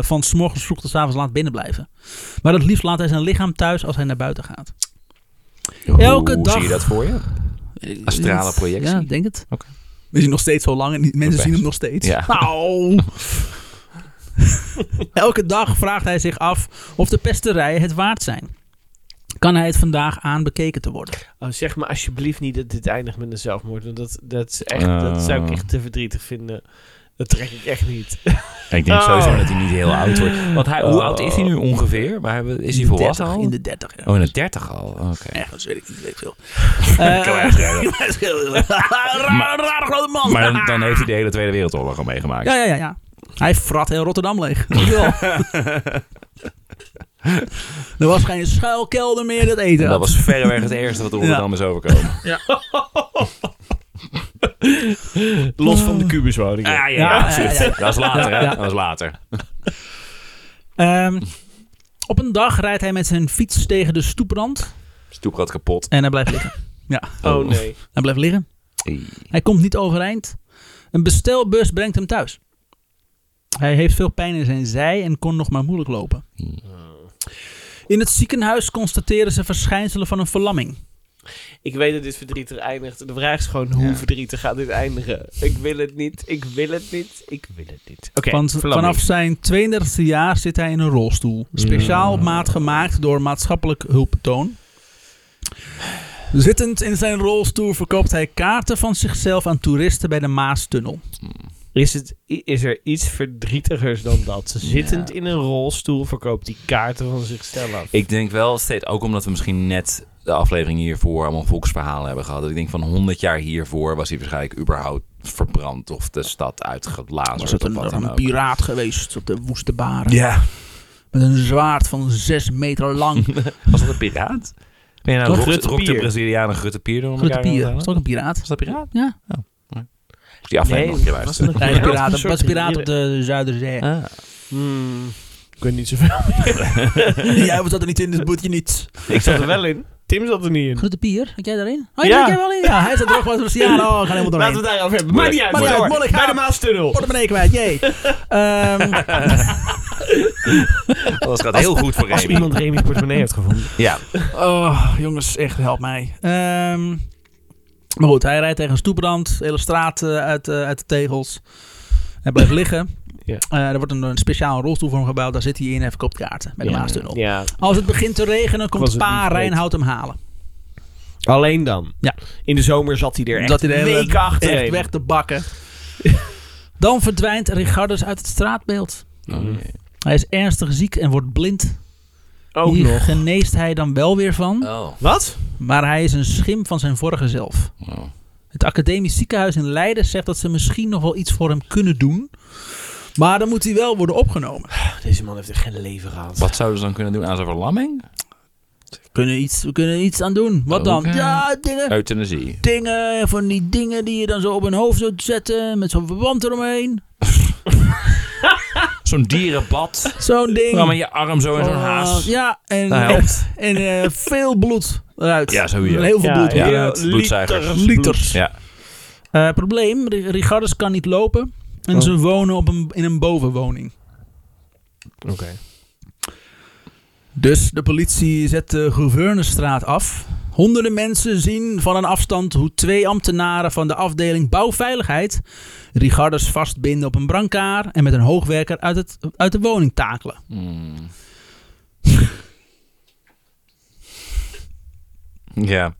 S1: van s morgens vroeg tot 's avonds laat binnen blijven. Maar het liefst laat hij zijn lichaam thuis als hij naar buiten gaat. Elke
S5: Hoe
S1: dag-
S5: zie je dat voor je? Astrale projectie?
S1: Ja, ik denk het.
S5: Oké.
S1: We zien nog steeds zo lang en die- mensen
S5: Oké.
S1: zien hem nog steeds.
S5: Ja.
S1: Nou. Elke dag vraagt hij zich af of de pesterijen het waard zijn. Kan hij het vandaag aan bekeken te worden?
S2: Oh, zeg maar alsjeblieft niet dat dit eindigt met een zelfmoord. Want dat, dat, is echt,
S5: Eh.
S2: dat zou ik echt te verdrietig vinden. Dat trek ik echt niet.
S5: Ik denk
S2: Oh.
S5: sowieso dat hij niet heel oud wordt. Want hij, hoe
S2: Oh.
S5: oud is hij nu ongeveer? Waar hebben, is hij
S1: In de
S5: volwassen
S1: 30,
S5: al?
S1: In de 30 ja.
S5: Oh, in de 30 al. Oké.
S1: Ergens weet ik niet, weet ik veel. Eh, raar, raar grote man.
S5: Maar dan, dan heeft hij de hele Tweede Wereldoorlog al meegemaakt.
S1: Ja, ja, ja, ja. Hij frat heel Rotterdam leeg. Ja. er was geen schuilkelder meer dat eten.
S5: En
S1: had.
S5: dat was verreweg het ergste wat Rotterdam is overkomen.
S2: Los van de kubuswoning.
S5: Ah, ja,
S1: Ja, ja, ja.
S5: Dat was later, hè?
S1: Ja.
S5: Dat was later.
S1: Ehm, op een dag rijdt hij met zijn fiets tegen de stoeprand
S5: Stoep gaat kapot.
S1: en hij blijft liggen. Ja,
S2: Oh nee.
S1: hij blijft Nou, liggen. Hij komt niet overeind. Een bestelbus brengt hem thuis. Hij heeft veel pijn in zijn zij en kon nog maar moeilijk lopen. In het ziekenhuis constateren ze verschijnselen van een verlamming.
S2: Ik weet dat dit verdrietig eindigt. De vraag is gewoon hoe verdrietig gaat dit eindigen? Ik wil het niet. Ik wil het niet. Ik wil het niet. Oké,
S1: Want
S2: verlamming.
S1: vanaf zijn 32e jaar zit hij in een rolstoel. Speciaal op maat gemaakt door maatschappelijk hulpbetoon. Zittend in zijn rolstoel verkoopt hij kaarten van zichzelf aan toeristen bij de Maastunnel.
S2: Is, het, i- is er iets verdrietigers dan dat? Zittend in een rolstoel verkoopt die kaarten van zichzelf.
S5: Ik denk wel steeds, ook omdat we misschien net de aflevering hiervoor allemaal volksverhalen hebben gehad. dat Ik denk van 100 jaar hiervoor was hij waarschijnlijk überhaupt verbrand of de stad uitgeblazen.
S1: Was het
S5: of
S1: een,
S5: wat
S1: een,
S5: dan ook.
S1: piraat geweest op de woeste baren?
S5: Ja.
S1: Met een zwaard van 6 meter lang.
S5: Was dat een piraat? Ben je nou
S2: Toch?
S5: Rutte,
S2: Rutte
S5: rok de
S2: Pier.
S5: Brazilianen Grutte Pier door elkaar
S1: Grote pier.
S5: aan
S1: Was
S5: het
S1: dat ook
S5: halen?
S1: een piraat?
S5: Was dat piraat?
S1: Ja.
S5: Die aflevering nog een keer luisteren.
S1: Hij was piraat, was piraat op de Zuiderzee.
S5: Ah.
S2: Hmm, ik weet niet zoveel.
S1: Jij was dat er niet in, dus boetje niet.
S2: Ik zat er wel in. Tim zat er niet in.
S1: Grote pier, had jij daarin? Oh,
S2: Ja.
S1: ja. had jij wel in? Ja, hij zat er ook wel eens. Ja, oh, we gaan helemaal doorheen.
S2: Laten we het daarover hebben. Maar niet uit.
S1: Maakt niet uit,
S2: hoor.
S1: Monnik,
S2: Bij
S1: ga-
S2: de Maastunnel.
S1: portemonnee kwijt, jee. Ehm,
S5: Dat gaat heel goed voor
S2: Als
S5: Remy.
S2: iemand Remy's portemonnee heeft gevonden.
S5: Ja.
S1: oh, jongens, echt, help mij. Ehm, Maar goed, hij rijdt tegen een stoeprand. De hele straat eh, uit, eh, uit de tegels. Hij blijft liggen.
S2: Ja.
S1: Eh, er wordt een, een speciaal rolstoel voor hem gebouwd. Daar zit hij in en verkoopt kaarten bij de
S2: Ja.
S1: Maastunnel.
S2: Ja.
S1: Als het begint te regenen,
S2: was
S1: komt
S2: het niet
S1: pa
S2: vergeten.
S1: Reinhout hem halen.
S2: Alleen dan.
S1: Ja.
S2: In de zomer zat hij er echt
S1: Omdat hij de hele
S2: weken achterheen.
S1: echt weg te bakken. Dan verdwijnt Richardus uit het straatbeeld.
S2: Oh,
S1: Hij is ernstig ziek en wordt blind.
S2: Ook
S1: Hier
S2: nog.
S1: geneest hij dan wel weer van.
S5: Oh.
S2: Wat?
S1: Maar hij is een schim van zijn vorige zelf.
S5: Oh.
S1: Het academisch ziekenhuis in Leiden zegt dat ze misschien nog wel iets voor hem kunnen doen. Maar dan moet hij wel worden opgenomen.
S2: Deze man heeft er geen leven gehad.
S5: Wat zouden ze dan kunnen doen aan zijn verlamming?
S1: Kunnen iets, we kunnen iets aan doen. Wat dan?
S5: Oké.
S1: Ja, dingen.
S5: Euthanasie.
S1: Dingen van die dingen die je dan zo op hun hoofd zou zetten. Met zo'n verband eromheen.
S5: Zo'n dierenbad.
S1: Zo'n ding.
S5: Dan met je arm zo in zo'n
S1: Oh,
S5: haas.
S1: Ja, en,
S5: Dat helpt.
S1: en eh, veel bloed eruit.
S5: Ja, sowieso.
S1: Heel veel
S2: Ja,
S1: bloed.
S5: ja.
S1: weer
S5: Ja,
S1: uit.
S5: bloedzuigers.
S1: Liters. Liters.
S5: Ja.
S1: Eh, probleem, Ri- Rigardus kan niet lopen. En
S2: Oh.
S1: ze wonen op een, in een bovenwoning.
S2: Oké.
S1: Dus de politie zet de Gouverneurstraat af. Honderden mensen zien van een afstand hoe twee ambtenaren van de afdeling bouwveiligheid Rigardus vastbinden op een brancard en met een hoogwerker uit, het, uit de woning takelen.
S5: Hmm. ja.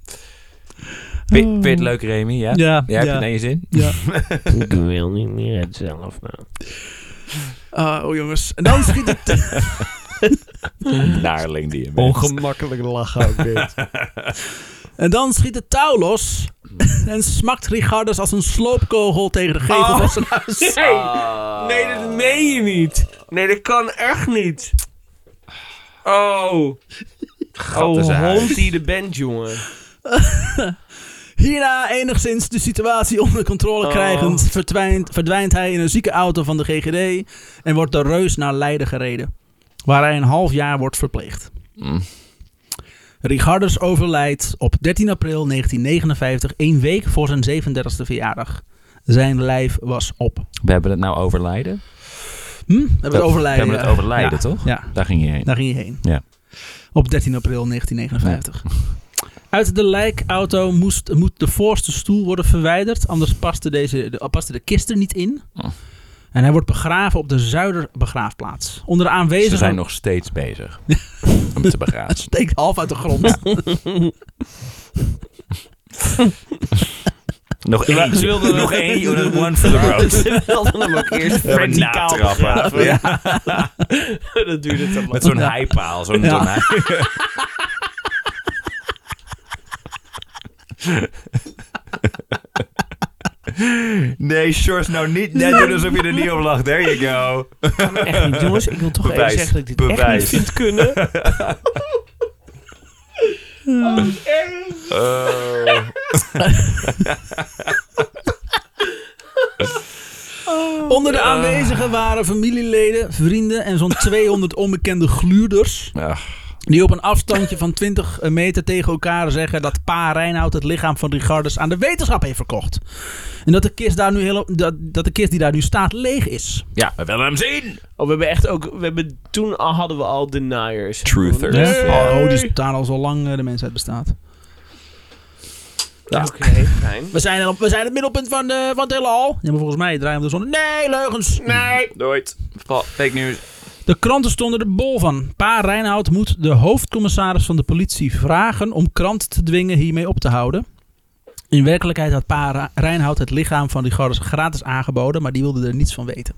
S5: Vind vind je het leuk, Remy? Ja?
S1: Ja,
S5: Ja, heb je
S1: ja.
S5: het naar je zin?
S2: Ik wil niet meer het zelf. Nou.
S1: Ah, oh jongens. En dan schiet het
S5: Naarling die je bent.
S2: Ongemakkelijk lachen ook dit.
S1: En dan schiet het touw los
S5: Hmm.
S1: en smakt Richardus als een sloopkogel tegen de gevel
S5: Oh.
S1: van zijn huis.
S2: Nee. nee, dat meen je niet. Nee, dat kan echt niet. Oh.
S5: in zijn
S2: oh,
S5: huis.
S2: hond die de bent, jongen.
S1: Hierna enigszins de situatie onder controle
S2: Oh.
S1: krijgend, verdwijnt, verdwijnt hij in een zieke auto van de GGD en wordt de reus naar Leiden gereden, waar hij een half jaar wordt verpleegd.
S5: Mm.
S1: Richardus overlijdt op 13 april 1959, één week voor zijn 37e verjaardag. Zijn lijf was op.
S5: We hebben het nou over Leiden.
S1: Hm? We hebben het
S5: We
S1: overlijden.
S5: hebben het over Leiden, toch?
S1: Ja.
S5: Daar ging je heen.
S1: Daar ging je heen.
S5: Ja.
S1: Op 13 april 1959. Uit de lijkauto moest, moet de voorste stoel worden verwijderd. Anders paste, deze, de, paste de kist er niet in.
S5: Oh.
S1: En hij wordt begraven op de Zuiderbegraafplaats. Onder de
S5: Ze
S1: aanwezigen...
S5: zijn nog steeds bezig om te begraven.
S1: Steekt half uit de grond.
S5: Nog één.
S2: Ze wilden
S5: nog
S2: nog
S5: één. One for the road.
S2: Ze wilden hem ook eerst verticaal
S5: natrappen.
S2: begraven.
S5: Ja.
S2: dat duurde te lang.
S5: Met zo'n
S1: Ja.
S5: heipaal. Zo'n
S1: Ja.
S5: zo'n hei- Nee, Sjors, nou niet net doen alsof je er niet op lacht. There you go.
S2: echt niet, jongens. Ik wil toch
S5: Bewijs.
S2: even zeggen dat ik dit echt
S5: Bewijs.
S2: niet vind kunnen.
S5: Eh,
S1: Onder de aanwezigen waren familieleden, vrienden en zo'n 200 onbekende gluurders.
S5: ach,
S1: Die op een afstandje van 20 meter tegen elkaar zeggen dat Pa Reinoud het lichaam van Rigardus aan de wetenschap heeft verkocht. En dat de kist, daar nu heel, dat, dat de kist die daar nu staat leeg is.
S5: ja, we willen hem zien.
S2: Oh, we hebben echt ook... We hebben, toen al hadden we al deniers.
S5: Truthers.
S2: Nee.
S1: Oh, dus daar al zo lang eh, de mensheid bestaat.
S2: Ja. Oké, fijn.
S1: We zijn, er op- we zijn het middelpunt van, de, van het heelal. Ja, maar volgens mij draaien we de zon. Nee, leugens! Nee!
S5: Nooit. Fa- Fake news.
S1: De kranten stonden er bol van. Pa Reinoud moet de hoofdcommissaris van de politie vragen om kranten te dwingen hiermee op te houden. In werkelijkheid had Pa Ra- Reinoud het lichaam van Rigardus gratis aangeboden, maar die wilde er niets van weten.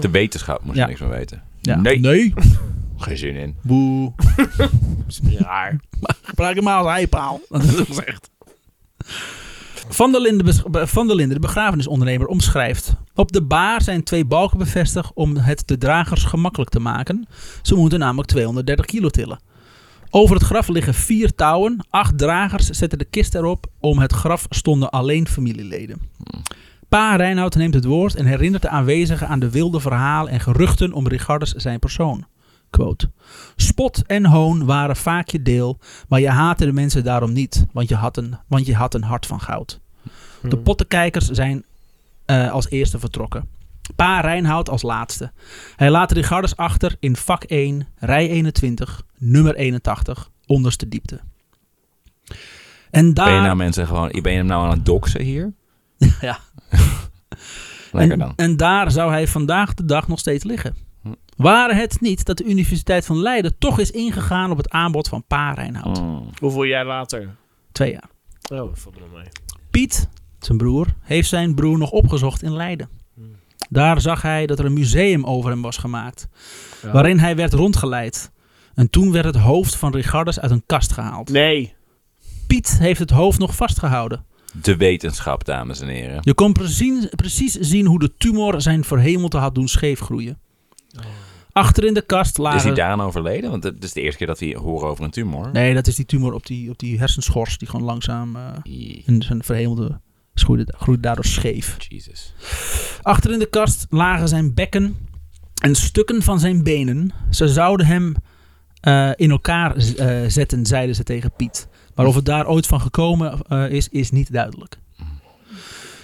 S5: De wetenschap moest
S1: Ja.
S5: er niks van weten.
S1: Ja.
S5: Nee.
S1: nee.
S5: Geen zin in.
S1: Boe.
S2: Raar.
S1: Gebruik hem maar als heipaal. Dat is ook gezegd. Van der, Linde, bes- be- Van der Linde, de begrafenisondernemer, omschrijft. Op de baar zijn twee balken bevestigd om het de dragers gemakkelijk te maken. Ze moeten namelijk 230 kilo tillen. Over het graf liggen vier touwen. Acht dragers zetten de kist erop. Om het graf stonden alleen familieleden. Pa Reinoud neemt het woord en herinnert de aanwezigen aan de wilde verhalen en geruchten om Richardus zijn persoon. Quote. Spot en hoon waren vaak je deel, maar je haatte de mensen daarom niet, want je had een, want je had een hart van goud.
S5: Mhm.
S1: De pottenkijkers zijn eh, als eerste vertrokken. Pa Reinhout als laatste. Hij laat Rigardus achter in vak 1, rij 21, nummer 81, onderste diepte. En daar...
S5: Ben je nou mensen gewoon, ben je hem nou aan het doxen hier?
S1: Ja.
S5: Lekker
S1: en,
S5: dan. Hm.
S1: En daar zou hij vandaag de dag nog steeds liggen. Waren het niet dat de Universiteit van Leiden toch is ingegaan op het aanbod van Pa Reinoud.
S5: Mm.
S2: Hoeveel jaar later?
S1: Twee jaar.
S2: Oh, dat valt me mee.
S1: Piet, zijn broer, heeft zijn broer nog opgezocht in Leiden. Daar zag hij dat er een museum over hem was gemaakt,
S2: Ja.
S1: waarin hij werd rondgeleid. En toen werd het hoofd van Richardus uit een kast gehaald.
S2: Nee.
S1: Piet heeft het hoofd nog vastgehouden.
S5: De wetenschap, dames en heren.
S1: Je kon precies, precies zien hoe de tumor zijn verhemelte had doen scheefgroeien. Achter in de kast lagen...
S5: Is hij daaraan overleden? Want het is de eerste keer dat we horen over een tumor.
S1: Nee, dat is die tumor op die, op die hersenschors die gewoon langzaam eh,
S5: Ie,
S1: in zijn verhemelde groeide, groeide daardoor scheef.
S5: Jesus.
S1: Achter in de kast lagen zijn bekken en stukken van zijn benen. Ze zouden hem eh, in elkaar z- eh, zetten, zeiden ze tegen Piet. Maar of het daar ooit van gekomen eh, is, is niet duidelijk.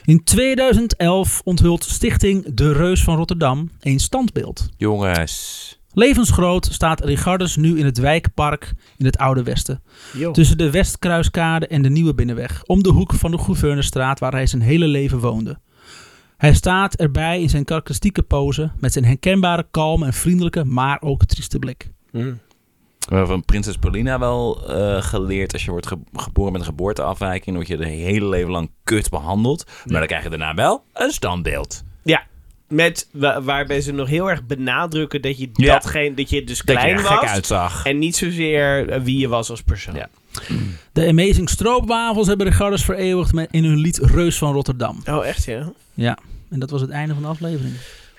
S1: In 2011 onthult Stichting De Reus van Rotterdam een standbeeld.
S5: Jongens.
S1: Levensgroot staat Richardus nu in het wijkpark in het Oude Westen.
S2: Yo.
S1: Tussen de Westkruiskade en de Nieuwe Binnenweg. Om de hoek van de Gouvernestraat waar hij zijn hele leven woonde. Hij staat erbij in zijn karakteristieke pose. Met zijn herkenbare kalme en vriendelijke, maar ook trieste blik.
S5: Hmm. We hebben van prinses Paulina wel eh, geleerd. Als je wordt ge- geboren met een geboorteafwijking, dan word je de hele leven lang kut behandeld. Maar dan krijg je daarna wel een standbeeld.
S2: Ja. Met, wa- waarbij ze nog heel erg benadrukken dat je
S5: Ja.
S2: datgene, dat je dus
S5: Dat
S2: klein
S5: je er
S2: was.
S5: gek uitzag.
S2: En niet zozeer eh, wie je was als persoon.
S5: Ja.
S1: De Amazing Stroopwafels hebben Richardus vereeuwigd met in hun lied Reus van Rotterdam.
S2: Oh, echt ja?
S1: Ja, en dat was het einde van de aflevering.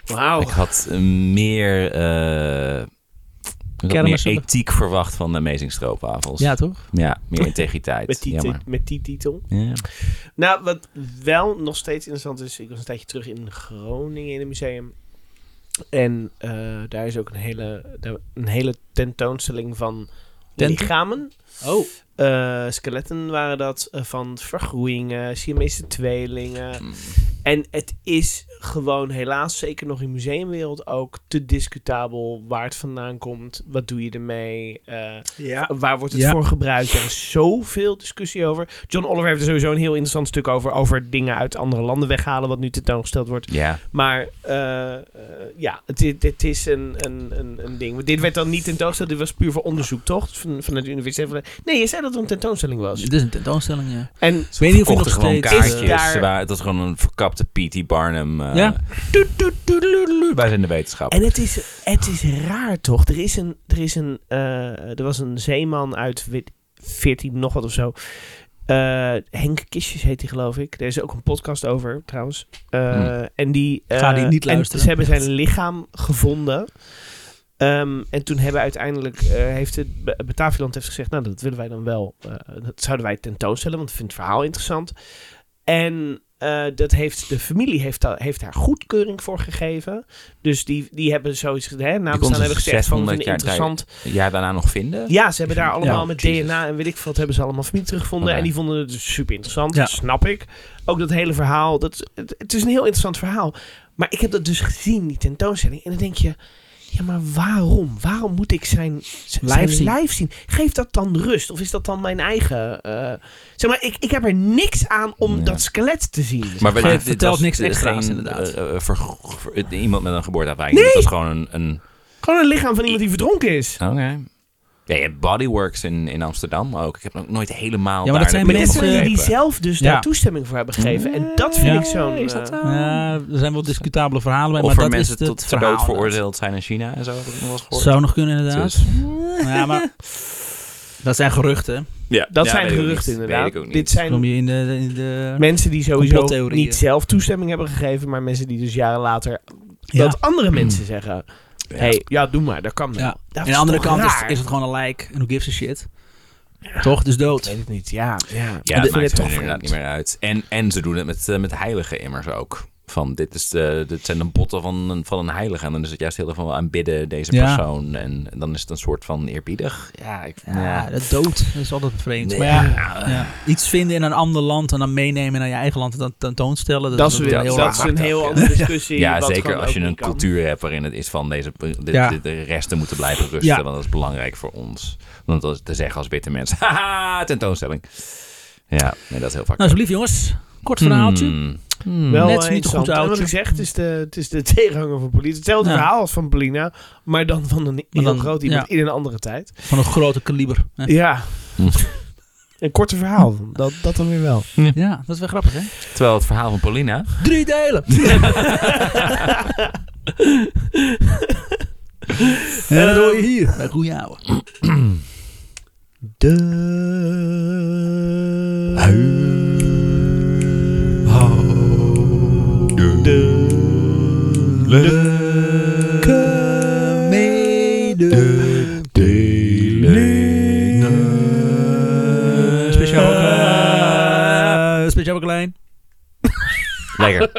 S2: Wauw.
S5: Oh. Ik had meer, eh, ik had meer
S1: Kermissen.
S5: ethiek verwacht van de Amazing Stroopwafels.
S1: Ja, toch?
S5: Ja, meer integriteit.
S2: Met die,
S5: Jammer.
S2: ti- met die titel.
S5: Ja.
S2: Nou, wat wel nog steeds interessant is. Ik was een tijdje terug in Groningen in een museum. En eh, daar is ook een hele, daar- een hele tentoonstelling van
S1: Tenten?
S2: lichamen.
S1: Oh.
S2: Eh, skeletten waren dat eh, van vergroeien, Siamese tweelingen. En het is gewoon helaas, zeker nog in de museumwereld, ook te discutabel waar het vandaan komt. Wat doe je ermee? eh,
S6: Ja.
S2: Waar wordt het
S1: Ja.
S2: voor gebruikt? Er is zoveel discussie over. John Oliver heeft er sowieso een heel interessant stuk over. Over dingen uit andere landen weghalen, wat nu tentoongesteld wordt.
S5: ja.
S2: Maar eh, eh, ja, het, i- dit is een, een, een, een ding. Dit werd dan niet tentoongesteld, dit was puur voor onderzoek, toch? Van, vanuit de universiteit. van- Nee, je zei dat het een tentoonstelling was.
S1: Dit is een tentoonstelling, ja.
S2: En
S1: Ik weet niet of je nog
S5: Verkochten gewoon
S1: steeds... eh,
S5: kaartjes.
S2: Is daar-
S5: Ze waren- het was gewoon een verkapte P.T. Barnum. eh,
S1: Ja.
S5: toet, toet, toedeloedeloe. Wij zijn de wetenschap.
S2: En het is, het is raar toch? Er, is een, er, is een, eh, er was een zeeman uit weet- 14 nog wat of zo. Eh, Henk Kistjes heet hij geloof ik. Er is ook een podcast over trouwens. Eh,
S5: Hmm.
S2: En die... eh,
S1: Ga die niet
S2: en
S1: luisteren.
S2: Ze hebben zijn lichaam gevonden. Ehm, en toen hebben uiteindelijk, eh, heeft het, Be- Batavialand heeft gezegd, nou dat willen wij dan wel, eh, dat zouden wij tentoonstellen, want we vinden het verhaal interessant. En eh, dat heeft, de familie heeft, daar- heeft daar goedkeuring voor gegeven. Dus die, die hebben zoiets gedaan,
S5: kon
S2: namens
S5: ze
S2: hebben gezegd van
S5: 600
S2: een
S5: jaar
S2: interessant.
S5: Ja, daarna nog vinden?
S2: Ja, ze hebben daar allemaal
S5: Ja,
S2: met
S5: Jesus.
S2: DNA en weet ik veel, wat hebben ze allemaal familie teruggevonden.
S5: Oké.
S2: En die vonden het dus super interessant,
S1: Ja.
S2: snap ik. Ook dat hele verhaal, dat, het, het is een heel interessant verhaal. Maar ik heb dat dus gezien, die tentoonstelling. En dan denk je, ja maar waarom? Waarom moet ik zijn, z- zijn
S1: Live
S2: live,
S1: zien.
S2: zien. Geeft dat dan rust? Of is dat dan mijn eigen... eh, zeg maar, ik, ik heb er niks aan om
S5: Ja.
S2: dat skelet te zien.
S5: Maar
S1: Maar
S5: dit-
S1: het
S5: dit
S1: vertelt
S5: was
S1: niks
S5: de-
S1: extra's,
S5: geen,
S1: inderdaad.
S5: eh, eh, ver- ver- iemand met een geboorteafwijking. Nee. was gewoon een... een
S2: Gewoon een lichaam van iemand die verdronken is.
S5: Oké. Ja, je hebt Bodyworks in, in Amsterdam ook. Ik heb nog nooit helemaal
S1: Ja, maar dat
S5: daar
S1: zijn
S5: de
S2: Maar dit
S5: beelden
S1: mensen
S2: zijn die
S5: begrepen.
S2: zelf dus
S1: Ja.
S2: daar toestemming voor hebben gegeven. En dat vind
S1: Ja.
S2: ik zo'n... eh,
S1: Ja, er zijn wel discutabele verhalen bij,
S5: Of
S1: maar
S5: er
S1: dat is
S5: mensen
S1: het
S5: tot ter
S1: verhaal.
S5: dood veroordeeld zijn in China en zo. Heb ik nog wel eens gehoord.
S1: Zou nog kunnen, inderdaad.
S5: Dus-
S1: Ja, maar dat zijn geruchten.
S5: Ja,
S2: Dat
S5: ja,
S2: zijn
S5: weet ik ook
S2: geruchten
S5: niet.
S2: inderdaad.
S5: Weet ik ook
S2: Dit
S5: niet.
S2: zijn
S1: Kom je in de... In de
S2: mensen die sowieso
S1: Complottheorieën.
S2: niet zelf toestemming hebben gegeven, maar mensen die dus jaren later
S1: Ja.
S2: dat andere mensen zeggen. Hé, hey, ja, doe maar, dat kan wel.
S1: Ja.
S2: Dat
S1: Aan de andere
S2: toch
S1: kant is,
S2: raar?
S1: is het gewoon een lijk. En who gives a shit? Toch? Dus
S2: Ik
S1: dood.
S2: weet het niet, ja. ja.
S5: Ja,
S2: ik
S5: dat
S2: vind
S5: maakt
S2: het
S5: er
S2: toch
S5: inderdaad
S2: vreemd.
S5: niet meer uit. En, en ze doen het met, eh, met heiligen immers ook. Van, dit, is de, dit zijn de botten van een, van een heilige. En dan is het juist heel erg van we aanbidden deze
S1: Ja.
S5: persoon. En, en dan is het een soort van eerbiedig. Ja, ik,
S1: Ja, dat dood dat is altijd vreemd.
S5: Nee.
S1: Maar ja, ja, iets vinden in een ander land en dan meenemen naar je eigen land en dan tentoonstellen. Dat,
S2: Dat is,
S1: is
S2: weer,
S1: heel
S2: dat
S1: raar.
S2: is een heel
S5: Ja.
S2: andere discussie.
S5: Ja,
S2: wat
S5: zeker
S2: gewoon
S5: als je
S2: ook
S5: een
S2: niet kan.
S5: cultuur hebt waarin het is van deze, dit-
S1: Ja.
S5: dit- de resten moeten blijven rusten.
S1: Ja.
S5: Want dat is belangrijk voor ons. Want dat is te zeggen als witte mensen. Haha, tentoonstelling. Ja, nee, dat is heel vaak.
S1: Nou, alsjeblieft jongens. Kort verhaaltje.
S5: Hmm.
S2: Wel
S1: Net is niet
S2: interessant.
S1: een goed
S2: En Wat
S1: oudje.
S2: ik zeg, het is de, het is de tegenhanger van Polina. Hetzelfde
S1: Ja.
S2: verhaal als van Polina, maar dan van een heel
S1: dan-
S2: groot iemand
S1: ja.
S2: in een andere tijd.
S1: Van een grote kaliber. hè.
S2: Ja.
S5: Hm.
S2: een korte verhaal. Dat, dat dan weer wel.
S1: Ja, dat is wel grappig hè.
S5: Terwijl het verhaal van Paulina.
S1: Drie delen. en dat hoor je hier. Bij Goeie Ouwe.
S2: De...
S1: Eh, speciaal eh, Speciaal klein.
S5: Lekker.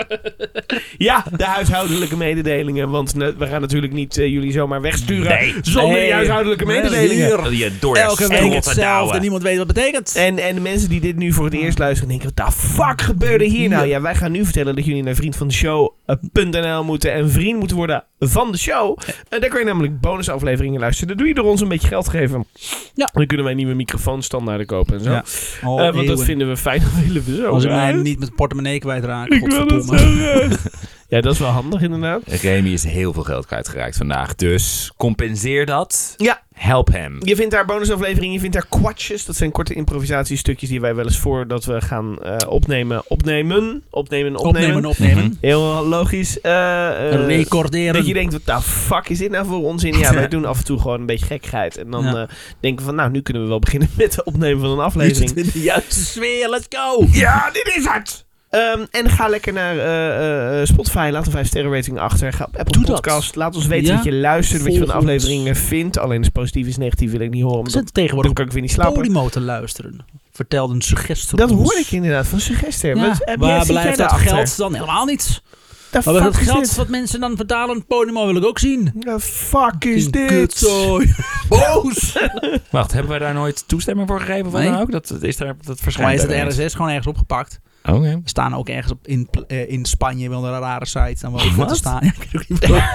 S2: Ja, de huishoudelijke mededelingen. Want ne- we gaan natuurlijk niet eh, jullie zomaar wegsturen zonder
S1: Nee.
S2: die huishoudelijke
S1: Nee,
S2: mededelingen.
S1: hier.
S5: Je door
S1: Elke week hetzelfde.
S5: hetzelfde.
S1: Niemand weet wat het betekent.
S2: En, en de mensen die dit nu voor het eerst luisteren, denken: wat de fuck gebeurde hier nou? Ja, wij gaan nu vertellen dat jullie naar eh, vriendvandeshow.nl moeten en vriend moeten worden van de show. En daar kun je namelijk bonusafleveringen luisteren. Dat doe je door ons een beetje geld te geven.
S1: Ja.
S2: Dan kunnen wij nieuwe microfoonstandaarden kopen en zo.
S1: Ja. Al
S2: Eh, want dat
S1: eeuwen.
S2: vinden we fijn. Dat willen we zo.
S1: Als ik mij
S2: graag.
S1: niet met portemonnee kwijtraak.
S2: Ik wil dat zo
S1: Godverdomme.
S2: graag. Ja, dat is wel handig inderdaad.
S5: Remy is heel veel geld kwijtgeraakt vandaag. Dus compenseer dat.
S2: Ja.
S5: Help hem.
S2: Je vindt daar bonusafleveringen, je vindt daar kwatjes. Dat zijn korte improvisatiestukjes die wij wel eens voordat we gaan eh, opnemen, opnemen, opnemen, opnemen.
S1: Opnemen, opnemen.
S5: Mhm.
S2: Heel logisch. eh, eh, dat je
S1: Recorderen.
S2: denkt, wat de fuck is dit nou voor onzin? Ja, wij doen af en toe gewoon een beetje gekkigheid. En dan
S1: Ja.
S2: eh, denken we van, nou, nu kunnen we wel beginnen met het opnemen van een aflevering.
S1: in de juiste sfeer. Let's go.
S2: Ja, dit is het! Ehm, en ga lekker naar eh, eh, Spotify. Laat een 5 sterren rating achter. Ga op Apple
S1: Doe dat.
S2: Podcast. Laat ons weten
S1: Ja.
S2: wat je luistert. Wat je van de
S1: Volg ons.
S2: afleveringen vindt. Alleen is positief is negatief wil ik niet horen. want dat-
S1: Zit tegenwoordig
S2: Dan
S1: op
S2: kan ik weer niet slapen.
S1: Podimo te luisteren. Vertelde een suggestie.
S2: Dat hoor ik inderdaad van suggestie.
S1: Ja,
S2: Wat, heb jij-
S1: waar
S2: zit jij
S1: blijft dat
S2: daarachter?
S1: geld dan? Helemaal niets.
S2: The
S1: Maar dat
S2: fuck is
S1: geld
S2: dit?
S1: wat mensen dan vertalen aan Podimo wil ik ook zien.
S2: The fuck is dit?
S1: Kutzooi. Boos.
S5: Wacht, hebben wij daar nooit toestemming voor gegeven? Van
S1: Nee.
S5: ook? Dat, dat is daar, dat
S1: Volgens mij
S5: verschijnt
S1: is
S5: daar
S1: het
S5: niet.
S1: RSS gewoon ergens opgepakt.
S5: Oké.
S1: We staan ook ergens op in, pl- eh, in Spanje wel een rare site. Dan wel voor te
S5: Wat?
S1: staan. Ja, ik weet ook niet waarom.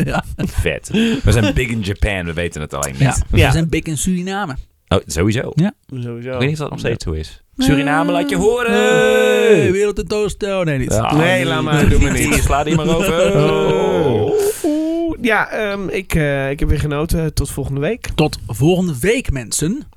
S1: ja.
S5: Vet. We zijn big in Japan, we weten het alleen
S1: Ja.
S5: niet.
S1: We
S2: Ja.
S1: zijn big in Suriname.
S5: Oh, sowieso.
S2: Sowieso.
S5: Ik weet niet of dat nog steeds zo is. Suriname, laat je horen!
S1: Hey, wereldtentoonstelling. Nee, niet.
S5: Ah,
S2: Nee, laat maar,
S5: Doe
S2: doe
S5: me
S2: maar
S5: niet.
S2: niet.
S5: Sla die maar over.
S2: Oh. Oeh, Ja, ehm, ik, eh, ik heb weer genoten. Tot volgende week.
S1: Tot volgende week, mensen.